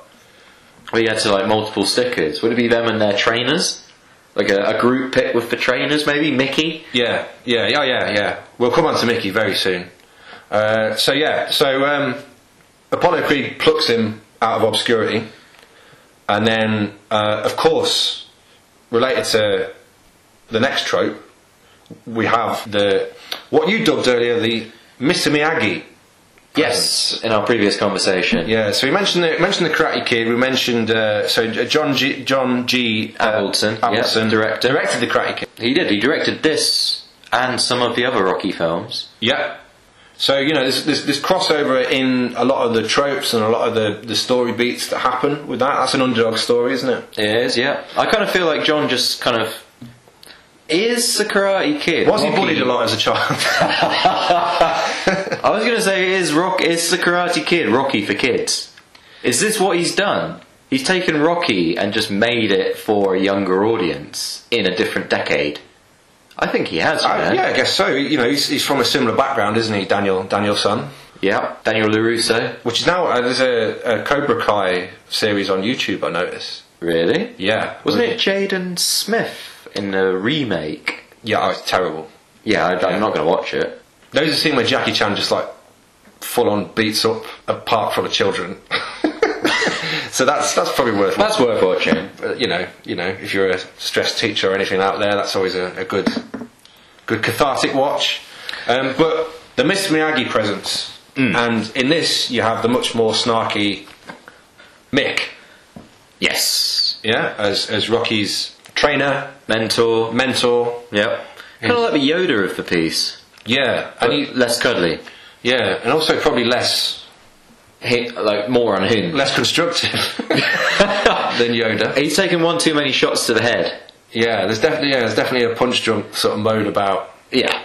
[SPEAKER 1] Where you had to like multiple stickers. Would it be them and their trainers? Like a, a group pick with the trainers, maybe Mickey.
[SPEAKER 3] Yeah, yeah, yeah, yeah, yeah. We'll come on to Mickey very soon. Uh, so yeah, so um, Apollo Creed plucks him out of obscurity, and then, uh, of course, related to the next trope, we have the what you dubbed earlier the Mr Miyagi.
[SPEAKER 1] Yes, in our previous conversation.
[SPEAKER 3] Yeah, so we mentioned the mentioned the Karate Kid. We mentioned uh, so J- John G. John G. Uh,
[SPEAKER 1] Avildsen, yeah,
[SPEAKER 3] Avildsen
[SPEAKER 1] director.
[SPEAKER 3] directed the Karate Kid.
[SPEAKER 1] He did. He directed this and some of the other Rocky films.
[SPEAKER 3] Yeah. So you know, there's, there's, there's crossover in a lot of the tropes and a lot of the, the story beats that happen with that. That's an underdog story, isn't it?
[SPEAKER 1] It is, yeah. I kind of feel like John just kind of is the Karate Kid.
[SPEAKER 3] Was he
[SPEAKER 1] Rocky?
[SPEAKER 3] bullied a lot as a child?
[SPEAKER 1] I was gonna say is Rock is the Karate Kid Rocky for kids? Is this what he's done? He's taken Rocky and just made it for a younger audience in a different decade. I think he has. you
[SPEAKER 3] I,
[SPEAKER 1] know.
[SPEAKER 3] Uh, yeah, I guess so. You know, he's, he's from a similar background, isn't he, Daniel Daniel's son?
[SPEAKER 1] Yeah. Daniel Larusso.
[SPEAKER 3] Which is now uh, there's a, a Cobra Kai series on YouTube. I notice.
[SPEAKER 1] Really?
[SPEAKER 3] Yeah,
[SPEAKER 1] Wasn't it Jaden Smith in the remake?
[SPEAKER 3] Yeah, oh, it's terrible.
[SPEAKER 1] Yeah, I, I'm not gonna watch it.
[SPEAKER 3] There's a scene where Jackie Chan just like full on beats up a park full of children. so that's that's probably worth.
[SPEAKER 1] That's worth watching.
[SPEAKER 3] Uh, you know, you know, if you're a stressed teacher or anything out there, that's always a, a good, good cathartic watch. Um, but the Mr. Miyagi presence, and in this you have the much more snarky Mick,
[SPEAKER 1] Yes.
[SPEAKER 3] yeah, as as Rocky's trainer,
[SPEAKER 1] Mentor.
[SPEAKER 3] mentor,
[SPEAKER 1] Yep. Kind of like the Yoda of the piece,
[SPEAKER 3] yeah,
[SPEAKER 1] but
[SPEAKER 3] and he,
[SPEAKER 1] less cuddly.
[SPEAKER 3] yeah, and also probably less
[SPEAKER 1] He, like more unhinged.
[SPEAKER 3] less constructive than Yoda.
[SPEAKER 1] He's taken one too many shots to the head.
[SPEAKER 3] Yeah, there's definitely yeah, there's definitely a punch drunk sort of mode about
[SPEAKER 1] Yeah.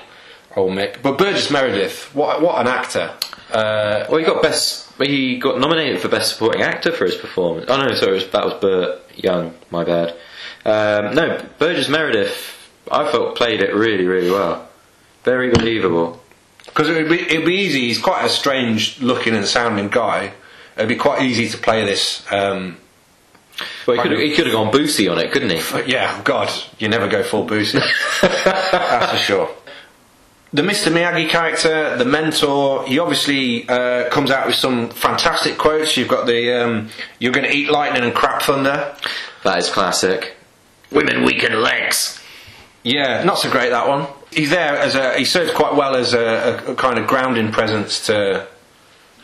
[SPEAKER 3] old Mick. But Burgess Meredith, what what an actor. Uh,
[SPEAKER 1] Well, he got best. He got nominated for best supporting actor for his performance. Oh no, sorry, it was, that was Burt Young. My bad. Um, no, Burgess Meredith. I felt played it really, really well. Very believable.
[SPEAKER 3] Because it would be, it'd be easy. He's quite a strange looking and sounding guy. It'd be quite easy to play this. Um,
[SPEAKER 1] Well, he could have, he could have gone Boosie on it, couldn't he?
[SPEAKER 3] but yeah, God, you never go full Boosie. That's for sure. The Mr. Miyagi character, the mentor, he obviously uh, comes out with some fantastic quotes. You've got the um, "You're going to eat lightning and crap thunder."
[SPEAKER 1] That is classic. Women weaken legs.
[SPEAKER 3] Yeah, not so great that one. He's there as a he serves quite well as a, a, a kind of grounding presence to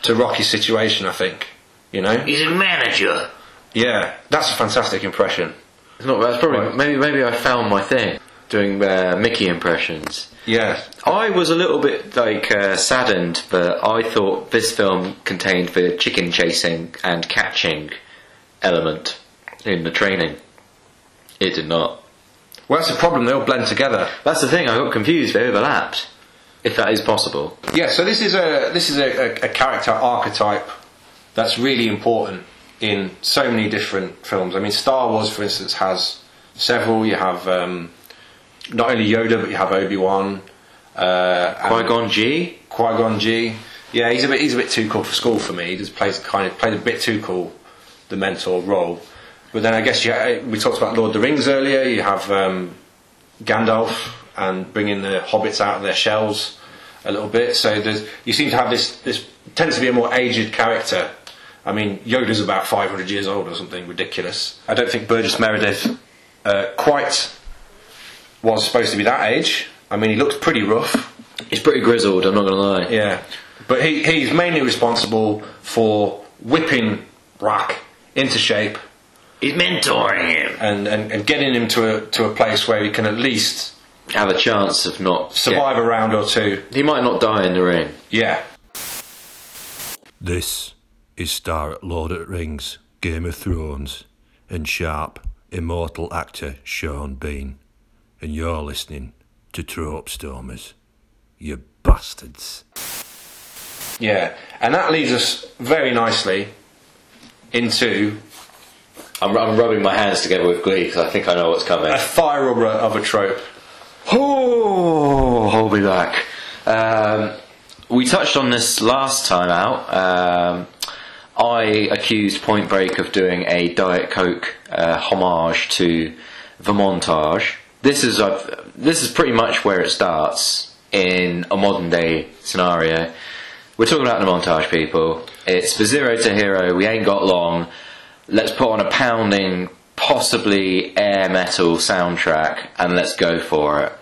[SPEAKER 3] to Rocky's situation. I think you know.
[SPEAKER 1] He's a manager.
[SPEAKER 3] Yeah, that's a fantastic impression.
[SPEAKER 1] It's not. That's probably
[SPEAKER 3] Right.
[SPEAKER 1] maybe. Maybe I found my thing doing uh, Mickey impressions.
[SPEAKER 3] Yeah,
[SPEAKER 1] I was a little bit like uh, saddened that I thought this film contained the chicken chasing and catching element in the training. It did not.
[SPEAKER 3] well, that's the problem. They all blend together.
[SPEAKER 1] That's the thing. I got confused. They overlapped. If that is possible.
[SPEAKER 3] Yeah, so this is a this is a, a, a character archetype that's really important in so many different films. I mean, Star Wars, for instance, has several. You have um, not only Yoda, but you have Obi Wan, uh, and-
[SPEAKER 1] Qui Gon G.
[SPEAKER 3] Qui Gon G. Yeah, he's a bit he's a bit too cool for school for me. He just plays kind of played a bit too cool, the mentor role. But then I guess you, eh, we talked about Lord of the Rings earlier. You have um, Gandalf and bringing the hobbits out of their shells a little bit. So there's, you seem to have this this tends to be a more aged character. I mean, Yoda's about 500 years old or something ridiculous. I don't think Burgess Meredith uh, quite was supposed to be that age. I mean, he looks pretty rough.
[SPEAKER 1] He's pretty grizzled. I'm not gonna lie.
[SPEAKER 3] Yeah, but he, he's mainly responsible for whipping Rock into shape
[SPEAKER 1] He's mentoring him.
[SPEAKER 3] and, and, and getting him to a, to a place where he can at least
[SPEAKER 1] Have a chance of not
[SPEAKER 3] survive a round or two.
[SPEAKER 1] He might not die in the ring.
[SPEAKER 3] Yeah.
[SPEAKER 2] This is star at Lord of the Rings, Game of Thrones, and sharp, immortal actor Sean Bean. And you're listening to Trope Stormers. You bastards.
[SPEAKER 3] Yeah, and that leads us very nicely into
[SPEAKER 1] I'm, I'm rubbing my hands together with glee because I think I know what's coming.
[SPEAKER 3] a fire of a- of a trope.
[SPEAKER 1] Oh, hold me back. Um, we touched on this last time out. Um, I accused Point Break of doing a Diet Coke uh, homage to the montage. This is i this is pretty much where it starts in a modern day scenario. We're talking about the montage, people. It's the zero to hero. We ain't got long. Let's put on a pounding, possibly air metal soundtrack, and let's go for it.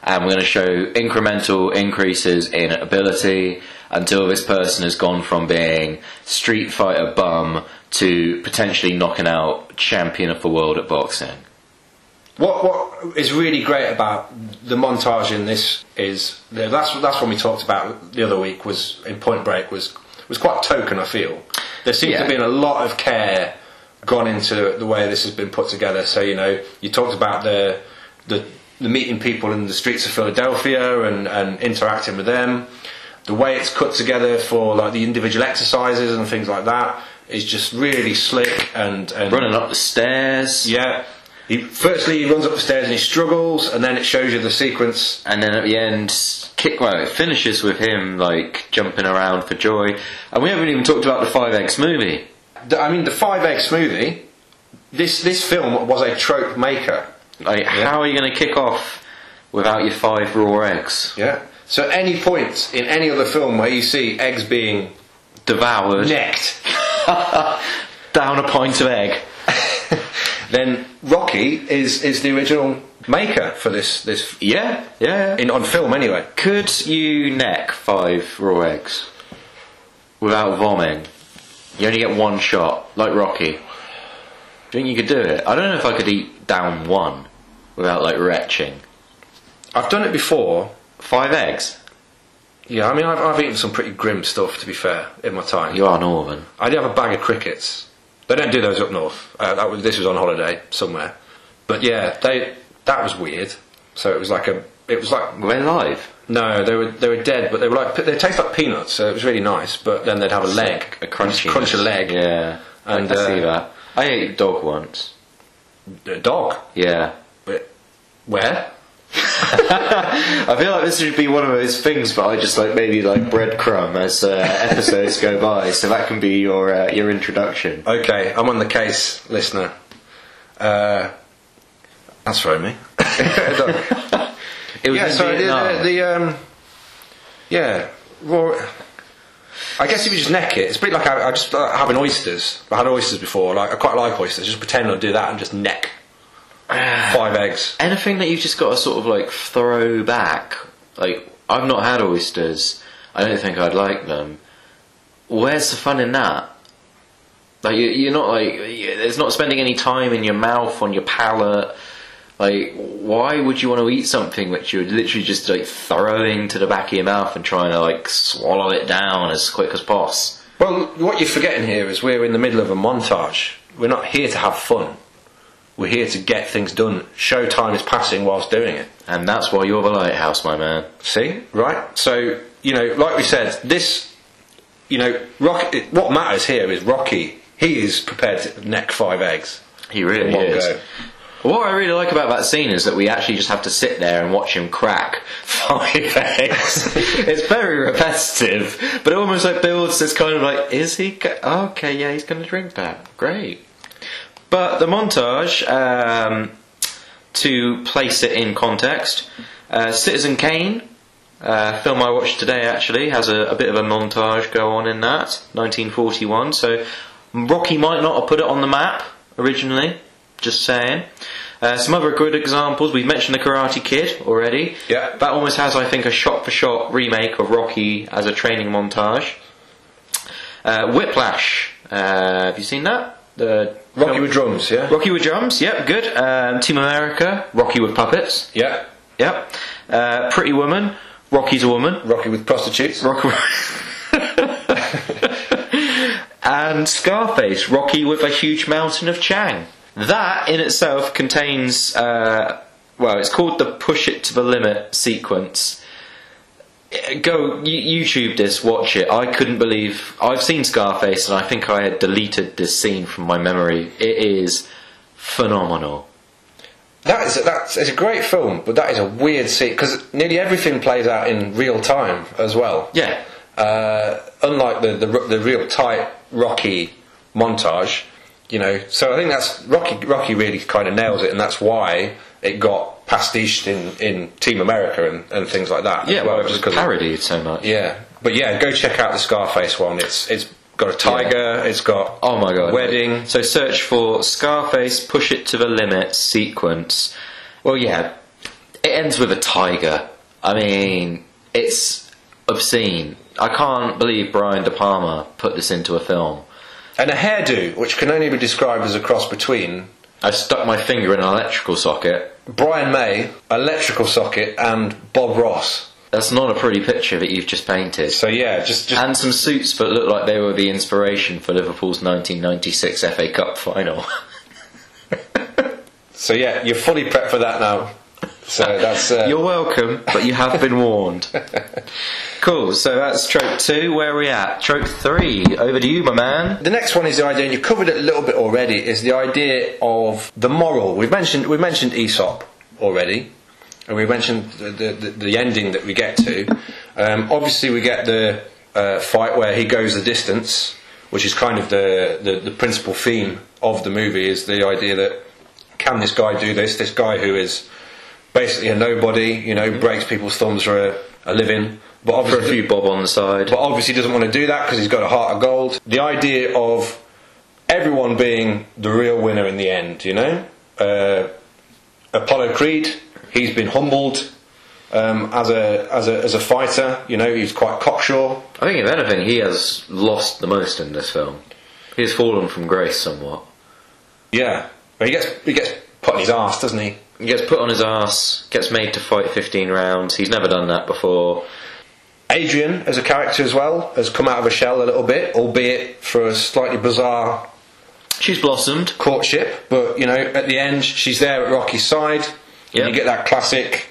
[SPEAKER 1] And we're going to show incremental increases in ability until this person has gone from being Street Fighter bum to potentially knocking out champion of the world at boxing.
[SPEAKER 3] What what is really great about the montage in this is that- that's that's when we talked about the other week was in Point Break was was quite token. I feel there seems to
[SPEAKER 1] Yeah.
[SPEAKER 3] have been a lot of care gone into the way this has been put together. So you know you talked about the the, the meeting people in the streets of Philadelphia and, and interacting with them. The way it's cut together for like the individual exercises and things like that is just really slick and, and
[SPEAKER 1] Running up the stairs.
[SPEAKER 3] yeah. He, firstly, he runs up the stairs and he struggles, and then it shows you the sequence.
[SPEAKER 1] and then at the end, kick. Well, it finishes with him like jumping around for joy, and we haven't even talked about the Five X movie.
[SPEAKER 3] The- I mean, the five egg smoothie. This this film was a trope maker.
[SPEAKER 1] Like, how are you going to kick off without your five raw eggs
[SPEAKER 3] Yeah. So any point in any other film where you see eggs being
[SPEAKER 1] devoured
[SPEAKER 3] necked,
[SPEAKER 1] down a pint of egg?
[SPEAKER 3] then Rocky is is the original maker for this this
[SPEAKER 1] Yeah, yeah. yeah.
[SPEAKER 3] in on film anyway.
[SPEAKER 1] Could you neck five raw eggs without vomiting? You only get one shot, like Rocky. Do you think you could do it? I don't know if I could eat down one without like retching.
[SPEAKER 3] I've done it before.
[SPEAKER 1] Five eggs.
[SPEAKER 3] Yeah, I mean, I've, I've eaten some pretty grim stuff to be fair in my time.
[SPEAKER 1] You are northern.
[SPEAKER 3] I'd have a bag of crickets. They don't do those up north. Uh, that was, this was on holiday somewhere. But yeah, they that was weird. So it was like a it was like
[SPEAKER 1] We're live.
[SPEAKER 3] no, they were they were dead, but they were like they taste like peanuts. So it was really nice. But then they'd have a leg,
[SPEAKER 1] A crunchy.
[SPEAKER 3] crunch a leg,
[SPEAKER 1] Yeah.
[SPEAKER 3] And,
[SPEAKER 1] I see
[SPEAKER 3] uh,
[SPEAKER 1] that. I ate dog once.
[SPEAKER 3] a dog.
[SPEAKER 1] Yeah.
[SPEAKER 3] But where?
[SPEAKER 1] I feel like this should be one of those things, but I just like maybe like breadcrumb as uh, episodes go by, so that can be your uh, your introduction.
[SPEAKER 3] Okay, I'm on the case, listener. Uh, that's thrown me.
[SPEAKER 5] It was
[SPEAKER 3] yeah,
[SPEAKER 5] in
[SPEAKER 3] so
[SPEAKER 5] Vietnam.
[SPEAKER 3] the, the, the um, yeah, raw. I guess if you just neck it, it's a bit like I, I just uh, having oysters. I had oysters before. Like I quite like oysters. Just pretend I do that and just neck five eggs.
[SPEAKER 5] anything that you've just got to sort of like throw back. Like I've not had oysters. I don't think I'd like them. Where's the fun in that? Like you, you're not like you- it's not spending any time in your mouth on your palate. Like why would you want to eat something which you're literally just like throwing to the back of your mouth and trying to like swallow it down as quick as possible?
[SPEAKER 3] Well, what you're forgetting here is we're in the middle of a montage. We're not here to have fun. We're here to get things done. Show time is passing whilst doing it.
[SPEAKER 5] And that's why you're the lighthouse, my man.
[SPEAKER 3] See, right? So you know, like we said, this, you know, Rock. it- What matters here is Rocky. He is prepared to neck five eggs.
[SPEAKER 5] He really
[SPEAKER 3] One
[SPEAKER 5] is.
[SPEAKER 3] go.
[SPEAKER 5] What I really like about that scene is that we actually just have to sit there and watch him crack five eggs. it's very repetitive, but it almost like builds this kind of like, is he? Go- okay, yeah, he's going to drink that. Great. But the montage, um, to place it in context, uh, Citizen Kane, uh, film I watched today actually, has a, a bit of a montage go on in that, 1941. So Rocky might not have put it on the map originally, just saying. Uh, some other good examples, we've mentioned The Karate Kid already.
[SPEAKER 3] Yeah.
[SPEAKER 5] That almost has, I think, a shot for shot remake of Rocky as a training montage. Uh, Whiplash, uh, have you seen that? The
[SPEAKER 3] Rocky
[SPEAKER 5] film-
[SPEAKER 3] with drums, yeah,
[SPEAKER 5] Rocky with drums, yep, good. Um, Team America, Rocky with puppets,
[SPEAKER 3] yeah.
[SPEAKER 5] yep. Uh, Pretty Woman, Rocky's a woman.
[SPEAKER 3] Rocky with prostitutes.
[SPEAKER 5] Rocky. and Scarface, Rocky with a huge mountain of Chang. That in itself contains, uh, well, it's called the push it to the limit sequence. Uh, Go you- YouTube this, watch it. I couldn't believe I've seen Scarface, and I think I had deleted this scene from my memory. It is phenomenal.
[SPEAKER 3] That is a, that's it's a great film, but that is a weird scene because nearly everything plays out in real time as well.
[SPEAKER 5] Yeah.
[SPEAKER 3] Uh, unlike the, the r- the real tight Rocky montage, you know. So I think that's Rocky. Rocky really kind of nails it, and that's why it got pastiched in, in Team America and, and things like that. as
[SPEAKER 5] Yeah, well, it
[SPEAKER 3] just
[SPEAKER 5] was
[SPEAKER 3] 'cause of-
[SPEAKER 5] parodied so much.
[SPEAKER 3] Yeah, but yeah, go check out the Scarface one. It's it's got a tiger. It's got
[SPEAKER 5] Oh my god.
[SPEAKER 3] wedding.
[SPEAKER 5] So search for Scarface Push It to the Limit sequence. Well, yeah. It ends with a tiger. I mean, it's obscene. I can't believe Brian De Palma put this into a film.
[SPEAKER 3] and a hairdo, which can only be described as a cross between
[SPEAKER 5] I stuck my finger in an electrical socket.
[SPEAKER 3] Brian May, Electrical Socket, and Bob Ross.
[SPEAKER 5] That's not a pretty picture that you've just painted.
[SPEAKER 3] So yeah, just just
[SPEAKER 5] and some suits that look like they were the inspiration for Liverpool's 1996 FA Cup final.
[SPEAKER 3] so yeah, you're fully prepped for that now. So that's uh,
[SPEAKER 5] You're welcome, but you have been warned. cool, so that's trope two. Where are we at? Trope three. Over to you, my man.
[SPEAKER 3] the next one is the idea, and you covered it a little bit already. Is the idea of the moral? We've mentioned we mentioned Aesop already, and we mentioned the the, the, the ending that we get to. Um, obviously, we get the uh, fight where he goes the distance, which is kind of the, the the principal theme of the movie. Is the idea that can this guy do this? This guy who is basically a nobody, you know, breaks people's thumbs for a, a living, but
[SPEAKER 5] For
[SPEAKER 3] obviously
[SPEAKER 5] a few bob on the side.
[SPEAKER 3] but obviously doesn't want to do that because he's got a heart of gold. The idea of everyone being the real winner in the end, you know? Uh, Apollo Creed, he's been humbled um, as, a, as, a, as a fighter, you know, he's quite cocksure.
[SPEAKER 5] I think, if anything, he has lost the most in this film. He has fallen from grace somewhat.
[SPEAKER 3] Yeah. But he gets, he gets put on his ass, doesn't he?
[SPEAKER 5] He gets put on his ass, gets made to fight 15 rounds. He's never done that before.
[SPEAKER 3] Adrian, as a character as well, has come out of a shell a little bit, albeit for a slightly bizarre
[SPEAKER 5] She's blossomed.
[SPEAKER 3] courtship, but you know, at the end, she's there at Rocky's side, and
[SPEAKER 5] Yep.
[SPEAKER 3] you get that classic.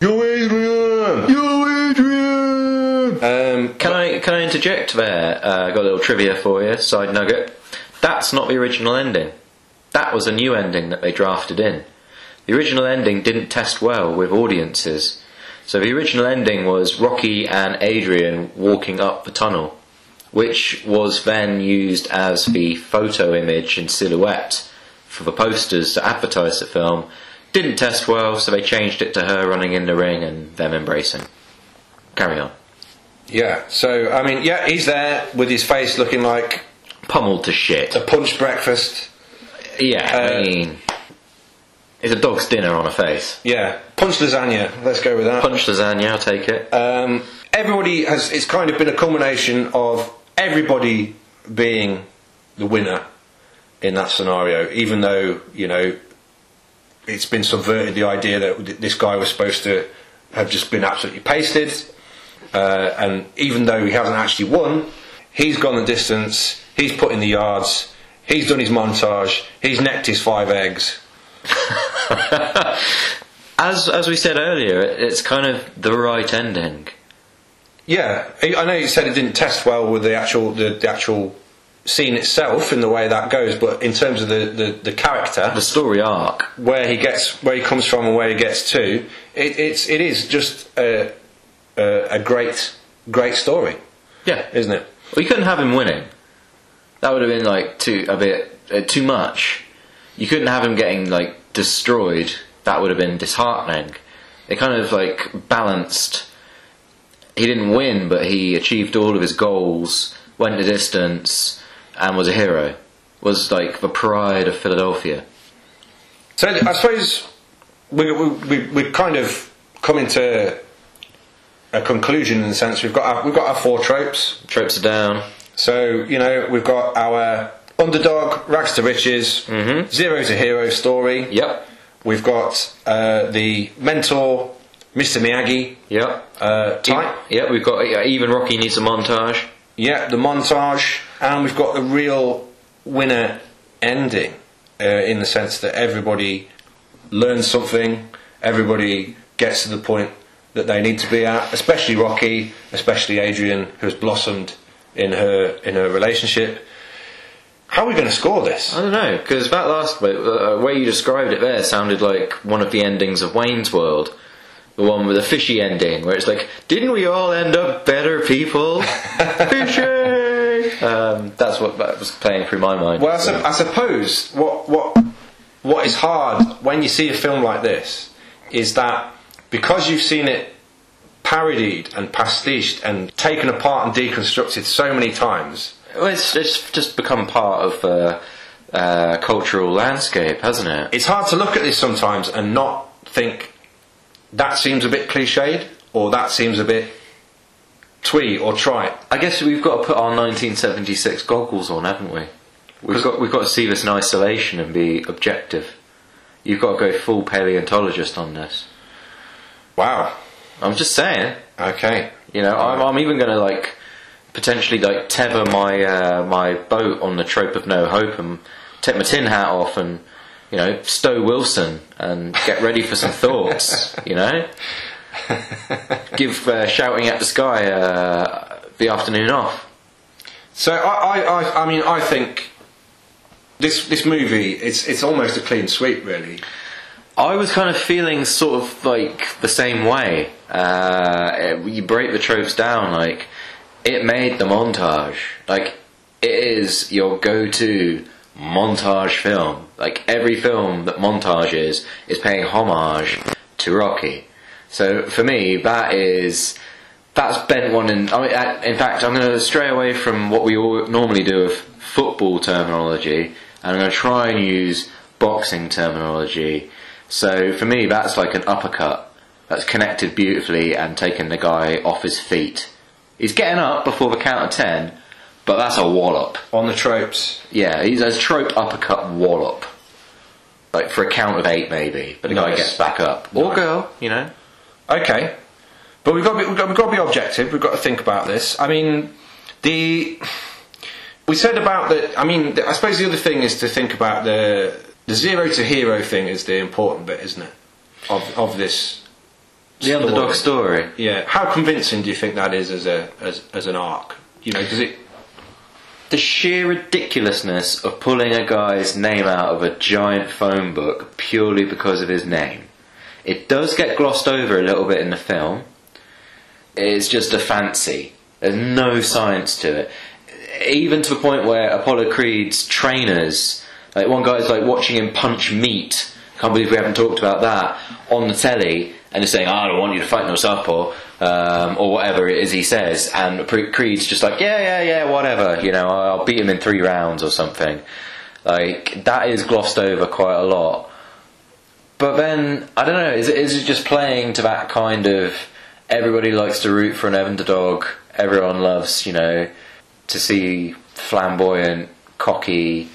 [SPEAKER 3] Yo, Adrian! Yo, Adrian! Um,
[SPEAKER 5] Can I can I interject there? Uh, got a little trivia for you, side nugget. That's not the original ending. That was a new ending that they drafted in. The original ending didn't test well with audiences. So the original ending was Rocky and Adrian walking up the tunnel, which was then used as the photo image and silhouette for the posters to advertise the film. Didn't test well, so they changed it to her running in the ring and them embracing. Carry on.
[SPEAKER 3] Yeah. So I mean, yeah, he's there with his face looking like
[SPEAKER 5] Pummeled to shit.
[SPEAKER 3] a punch breakfast.
[SPEAKER 5] Yeah, I
[SPEAKER 3] Uh,
[SPEAKER 5] mean, it's a dog's dinner on a face.
[SPEAKER 3] Yeah, punch lasagna. Let's go with that.
[SPEAKER 5] Punch lasagna, I'll take it.
[SPEAKER 3] Um, everybody has. It's kind of been a culmination of everybody being the winner in that scenario, even though you know it's been subverted the idea that th- this guy was supposed to have just been absolutely pasted, uh, and even though he hasn't actually won, he's gone the distance. He's put in the yards. He's done his montage. He's necked his five eggs.
[SPEAKER 5] As as we said earlier, it- it's kind of the right ending.
[SPEAKER 3] Yeah, I I know you said it didn't test well with the actual the, the actual scene itself in the way that goes, but in terms of the, the, the character,
[SPEAKER 5] The story arc.
[SPEAKER 3] where he gets where he comes from and where he gets to, it, it's it is just a, a, a great great story,
[SPEAKER 5] Yeah, well,
[SPEAKER 3] isn't it?
[SPEAKER 5] you couldn't have him winning. That would have been like too a bit uh, too much. You couldn't have him getting like destroyed. That would have been disheartening. It kind of like balanced. He didn't win, but he achieved all of his goals, went the distance, and was a hero. Was like the pride of Philadelphia.
[SPEAKER 3] So I suppose we we we we kind of coming to a conclusion in the sense we've got our, we've got our four tropes.
[SPEAKER 5] Tropes are down.
[SPEAKER 3] So, you know, we've got our underdog, rags to riches, zero to hero story.
[SPEAKER 5] Yep.
[SPEAKER 3] We've got uh, the mentor, Mr. Miyagi
[SPEAKER 5] Yep.
[SPEAKER 3] uh, type.
[SPEAKER 5] Yeah, we've got yeah, even Rocky needs a montage.
[SPEAKER 3] Yeah, the montage. And we've got the real winner ending uh, in the sense that everybody learns something, everybody gets to the point that they need to be at, especially Rocky, especially Adrian, who's blossomed in her in her relationship. How are we going to score this?
[SPEAKER 5] I don't know because that last way, uh, way you described it there sounded like one of the endings of Wayne's World, the one with the fishy ending where it's like, didn't we all end up better people? fishy. Um, that's what that was playing through my mind.
[SPEAKER 3] Well, I, sup- I suppose what what what is hard when you see a film like this is that because you've seen it parodied and pastiched and taken apart and deconstructed so many times.
[SPEAKER 5] Well, it's, it's just become part of the uh, cultural landscape, hasn't it?
[SPEAKER 3] It's hard to look at this sometimes and not think that seems a bit cliched or that seems a bit twee or trite.
[SPEAKER 5] I guess we've got to put our 1976 goggles on, haven't we? We've got we've got to see this in isolation and be objective. You've got to go full paleontologist on this.
[SPEAKER 3] Wow.
[SPEAKER 5] I'm just saying.
[SPEAKER 3] Okay.
[SPEAKER 5] You know, I'm, I'm even going to like potentially like tether my uh, my boat on the trope of no hope and take my tin hat off and you know stow Wilson and get ready for some thoughts. You know, give uh, shouting at the sky uh, the afternoon off.
[SPEAKER 3] So I, I, I, I mean, I think this this movie it's it's almost a clean sweep, really.
[SPEAKER 5] I was kind of feeling sort of like the same way. Uh, it- you break the tropes down, like it made the montage. Like it is your go-to montage film. Like every film that montage is is paying homage to Rocky. So for me, that is that's bent one. And I mean, uh, in fact, I'm going to stray away from what we all normally do with football terminology, and I'm going to try and use boxing terminology. So for me, that's like an uppercut that's connected beautifully and taken the guy off his feet. He's getting up before the count of ten, but that's a wallop.
[SPEAKER 3] on the tropes.
[SPEAKER 5] Yeah, he's a trope uppercut wallop. Like for a count of eight, maybe, but the guy
[SPEAKER 3] Nice.
[SPEAKER 5] gets back up or girl, you know.
[SPEAKER 3] Okay, but we've got, to be, we've, got, we've got to be objective. We've got to think about this. I mean, the we said about the. I mean, the, I suppose the other thing is to think about the the zero to hero thing is the important bit, isn't it? Of of this.
[SPEAKER 5] The underdog
[SPEAKER 3] story.
[SPEAKER 5] story.
[SPEAKER 3] Yeah. How convincing do you think that is as a as as an arc? You know, does it
[SPEAKER 5] The sheer ridiculousness of pulling a guy's name out of a giant phone book purely because of his name. It does get glossed over a little bit in the film. It's just a fancy. There's no science to it. Even to the point where Apollo Creed's trainers, like one guy's like watching him punch meat. Can't believe we haven't talked about that on the telly, and they're saying, "Ah, "I don't want you to fight no southpaw," um, or whatever it is he says, and Pre- Creed's just like, "Yeah, yeah, yeah, whatever." You know, I'll beat him in three rounds or something. Like that is glossed over quite a lot. But then I don't know. Is it, is it just playing to that kind of everybody likes to root for an Evander dog? Everyone loves, you know, to see flamboyant, cocky,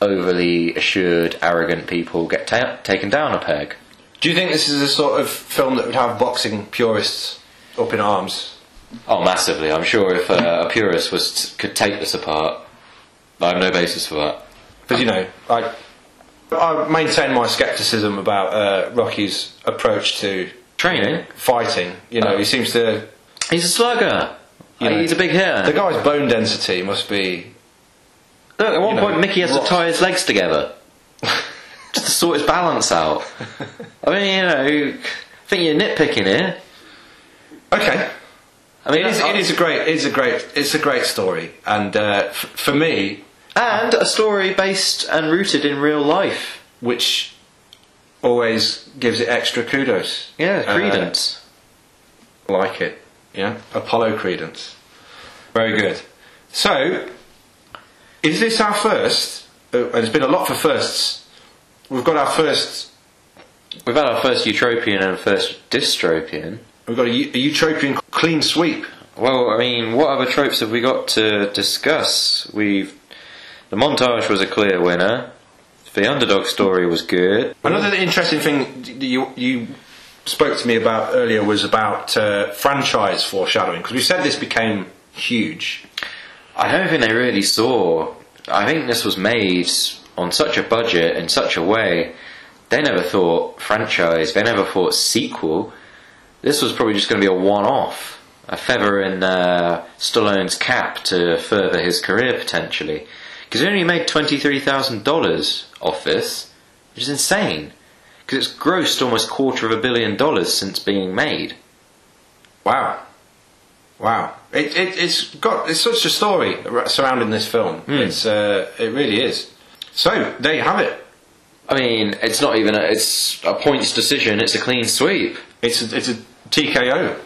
[SPEAKER 5] overly assured, arrogant people get ta- taken down a peg.
[SPEAKER 3] Do you think this is the sort of film that would have boxing purists up in arms?
[SPEAKER 5] Oh, massively! I'm sure if uh, a purist was could take this apart, I have no basis for that.
[SPEAKER 3] Because you know, I I maintain my scepticism about uh, Rocky's approach to
[SPEAKER 5] Training?
[SPEAKER 3] fighting. You know, he seems to
[SPEAKER 5] He's a slugger.
[SPEAKER 3] know,
[SPEAKER 5] Uh, He's a big hitter.
[SPEAKER 3] the guy's bone density must be.
[SPEAKER 5] Look, at one
[SPEAKER 3] you know,
[SPEAKER 5] point, Mickey has
[SPEAKER 3] rot.
[SPEAKER 5] to tie his legs together just to sort his balance out. I mean, you know, I think you're nitpicking here.
[SPEAKER 3] Okay,
[SPEAKER 5] I
[SPEAKER 3] it
[SPEAKER 5] mean,
[SPEAKER 3] is.
[SPEAKER 5] I-
[SPEAKER 3] It is a great. It is a great. It's a great story, and uh, f- for me,
[SPEAKER 5] and a story based and rooted in real life.
[SPEAKER 3] which always gives it extra kudos.
[SPEAKER 5] Yeah,
[SPEAKER 3] Uh,
[SPEAKER 5] credence.
[SPEAKER 3] like it. Yeah, Apollo Credence. Very good. So, is this our first? Uh, and it's been a lot for firsts. We've got our first.
[SPEAKER 5] We've had our first utopian and first dystropian.
[SPEAKER 3] We've got a, eu- a utopian clean sweep.
[SPEAKER 5] Well, I mean, what other tropes have we got to discuss? We've the montage was a clear winner. The underdog story was good.
[SPEAKER 3] Another interesting thing that you you spoke to me about earlier was about uh, franchise foreshadowing because we said this became huge.
[SPEAKER 5] I don't think they really saw. I think this was made on such a budget in such a way. They never thought franchise. They never thought sequel. This was probably just going to be a one-off, a feather in uh, Stallone's cap to further his career potentially. Because he only made twenty-three thousand dollars off this, which is insane. Because it's grossed almost quarter of a billion dollars since being made.
[SPEAKER 3] Wow. Wow. It, it, it's got it's such a story ar- surrounding this film. It's uh, it really is. So there you have it.
[SPEAKER 5] I mean, it's not even a, it's a points decision. It's a clean sweep.
[SPEAKER 3] It's a, it's a TKO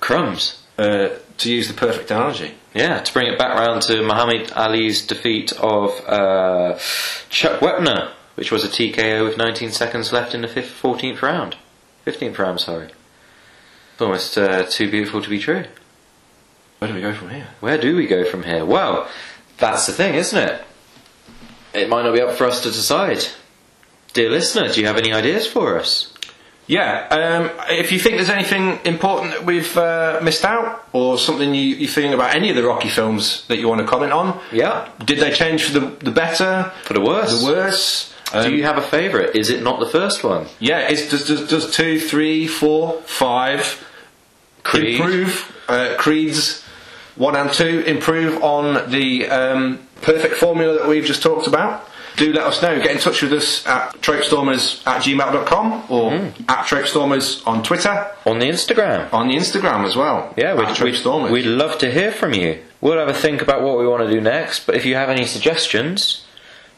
[SPEAKER 5] Crumbs.
[SPEAKER 3] uh, to use the perfect analogy.
[SPEAKER 5] Yeah, to bring it back round to Muhammad Ali's defeat of uh, Chuck Wepner, which was a TKO with 19 seconds left in the fifth, 14th round. 15th round, sorry. It's almost uh, too beautiful to be true.
[SPEAKER 3] Where do we go from here?
[SPEAKER 5] Where do we go from here? Well, that's the thing, isn't it? It might not be up for us to decide. Dear listener, do you have any ideas for us?
[SPEAKER 3] Yeah. Um, if you think there's anything important that we've uh, missed out, or something you, you think about any of the Rocky films that you want to comment on,
[SPEAKER 5] Yeah.
[SPEAKER 3] Did they change for the the better,
[SPEAKER 5] For the worse.
[SPEAKER 3] the worse? Um,
[SPEAKER 5] do you have a favourite? Is it not the first one?
[SPEAKER 3] yeah. It's, does, does does two, three, four, five
[SPEAKER 5] Creed?
[SPEAKER 3] improve uh, creeds one and two improve on the um, perfect formula that we've just talked about do let us know get in touch with us at tropestormers at gmail.com or
[SPEAKER 5] Hmm.
[SPEAKER 3] at tropestormers on twitter
[SPEAKER 5] On the Instagram.
[SPEAKER 3] on the instagram as well
[SPEAKER 5] Yeah,
[SPEAKER 3] at
[SPEAKER 5] we'd,
[SPEAKER 3] tropestormers
[SPEAKER 5] we'd, we'd love to hear from you. We'll have a think about what we want to do next, but if you have any suggestions,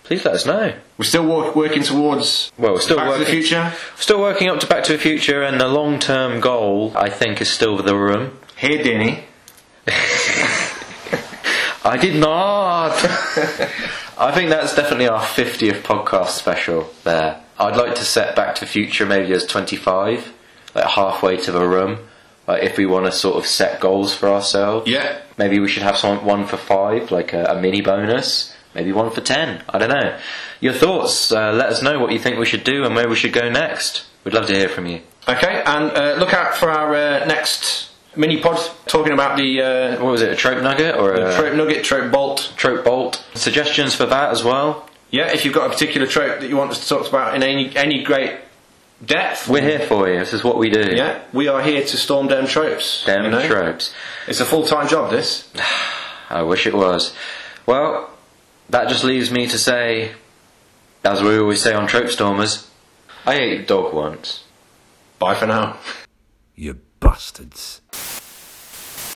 [SPEAKER 5] please let us know.
[SPEAKER 3] we're still wor- working towards
[SPEAKER 5] Well, we're still
[SPEAKER 3] Back to the
[SPEAKER 5] working.
[SPEAKER 3] future
[SPEAKER 5] Still working up to Back to the Future, and the long term goal, I think, is still the room.
[SPEAKER 3] here Denny
[SPEAKER 5] I did not! I think that's definitely our 50th podcast special there. I'd like to set Back to the Future maybe as 25, like halfway to the room. Like if we want to sort of set goals for ourselves.
[SPEAKER 3] yeah
[SPEAKER 5] Maybe we should have some one for five, like a, a mini bonus. Maybe one for ten. I don't know. Your thoughts. Uh, let us know what you think we should do and where we should go next. We'd love to hear from you.
[SPEAKER 3] okay and uh, look out for our uh, next mini pod talking about the uh,
[SPEAKER 5] What was it? A trope nugget or a
[SPEAKER 3] trope nugget trope bolt
[SPEAKER 5] trope bolt? Suggestions for that as well.
[SPEAKER 3] Yeah, if you've got a particular trope that you want us to talk about in any any great depth,
[SPEAKER 5] We're here for you. This is what we do.
[SPEAKER 3] yeah, we are here to storm down tropes.
[SPEAKER 5] Damn
[SPEAKER 3] you know?
[SPEAKER 5] tropes.
[SPEAKER 3] It's a full time job. This
[SPEAKER 5] I wish it was. Well, that just leaves me to say, as we always say on Trope Stormers, I ate dog once.
[SPEAKER 3] Bye for now.
[SPEAKER 2] You bastards.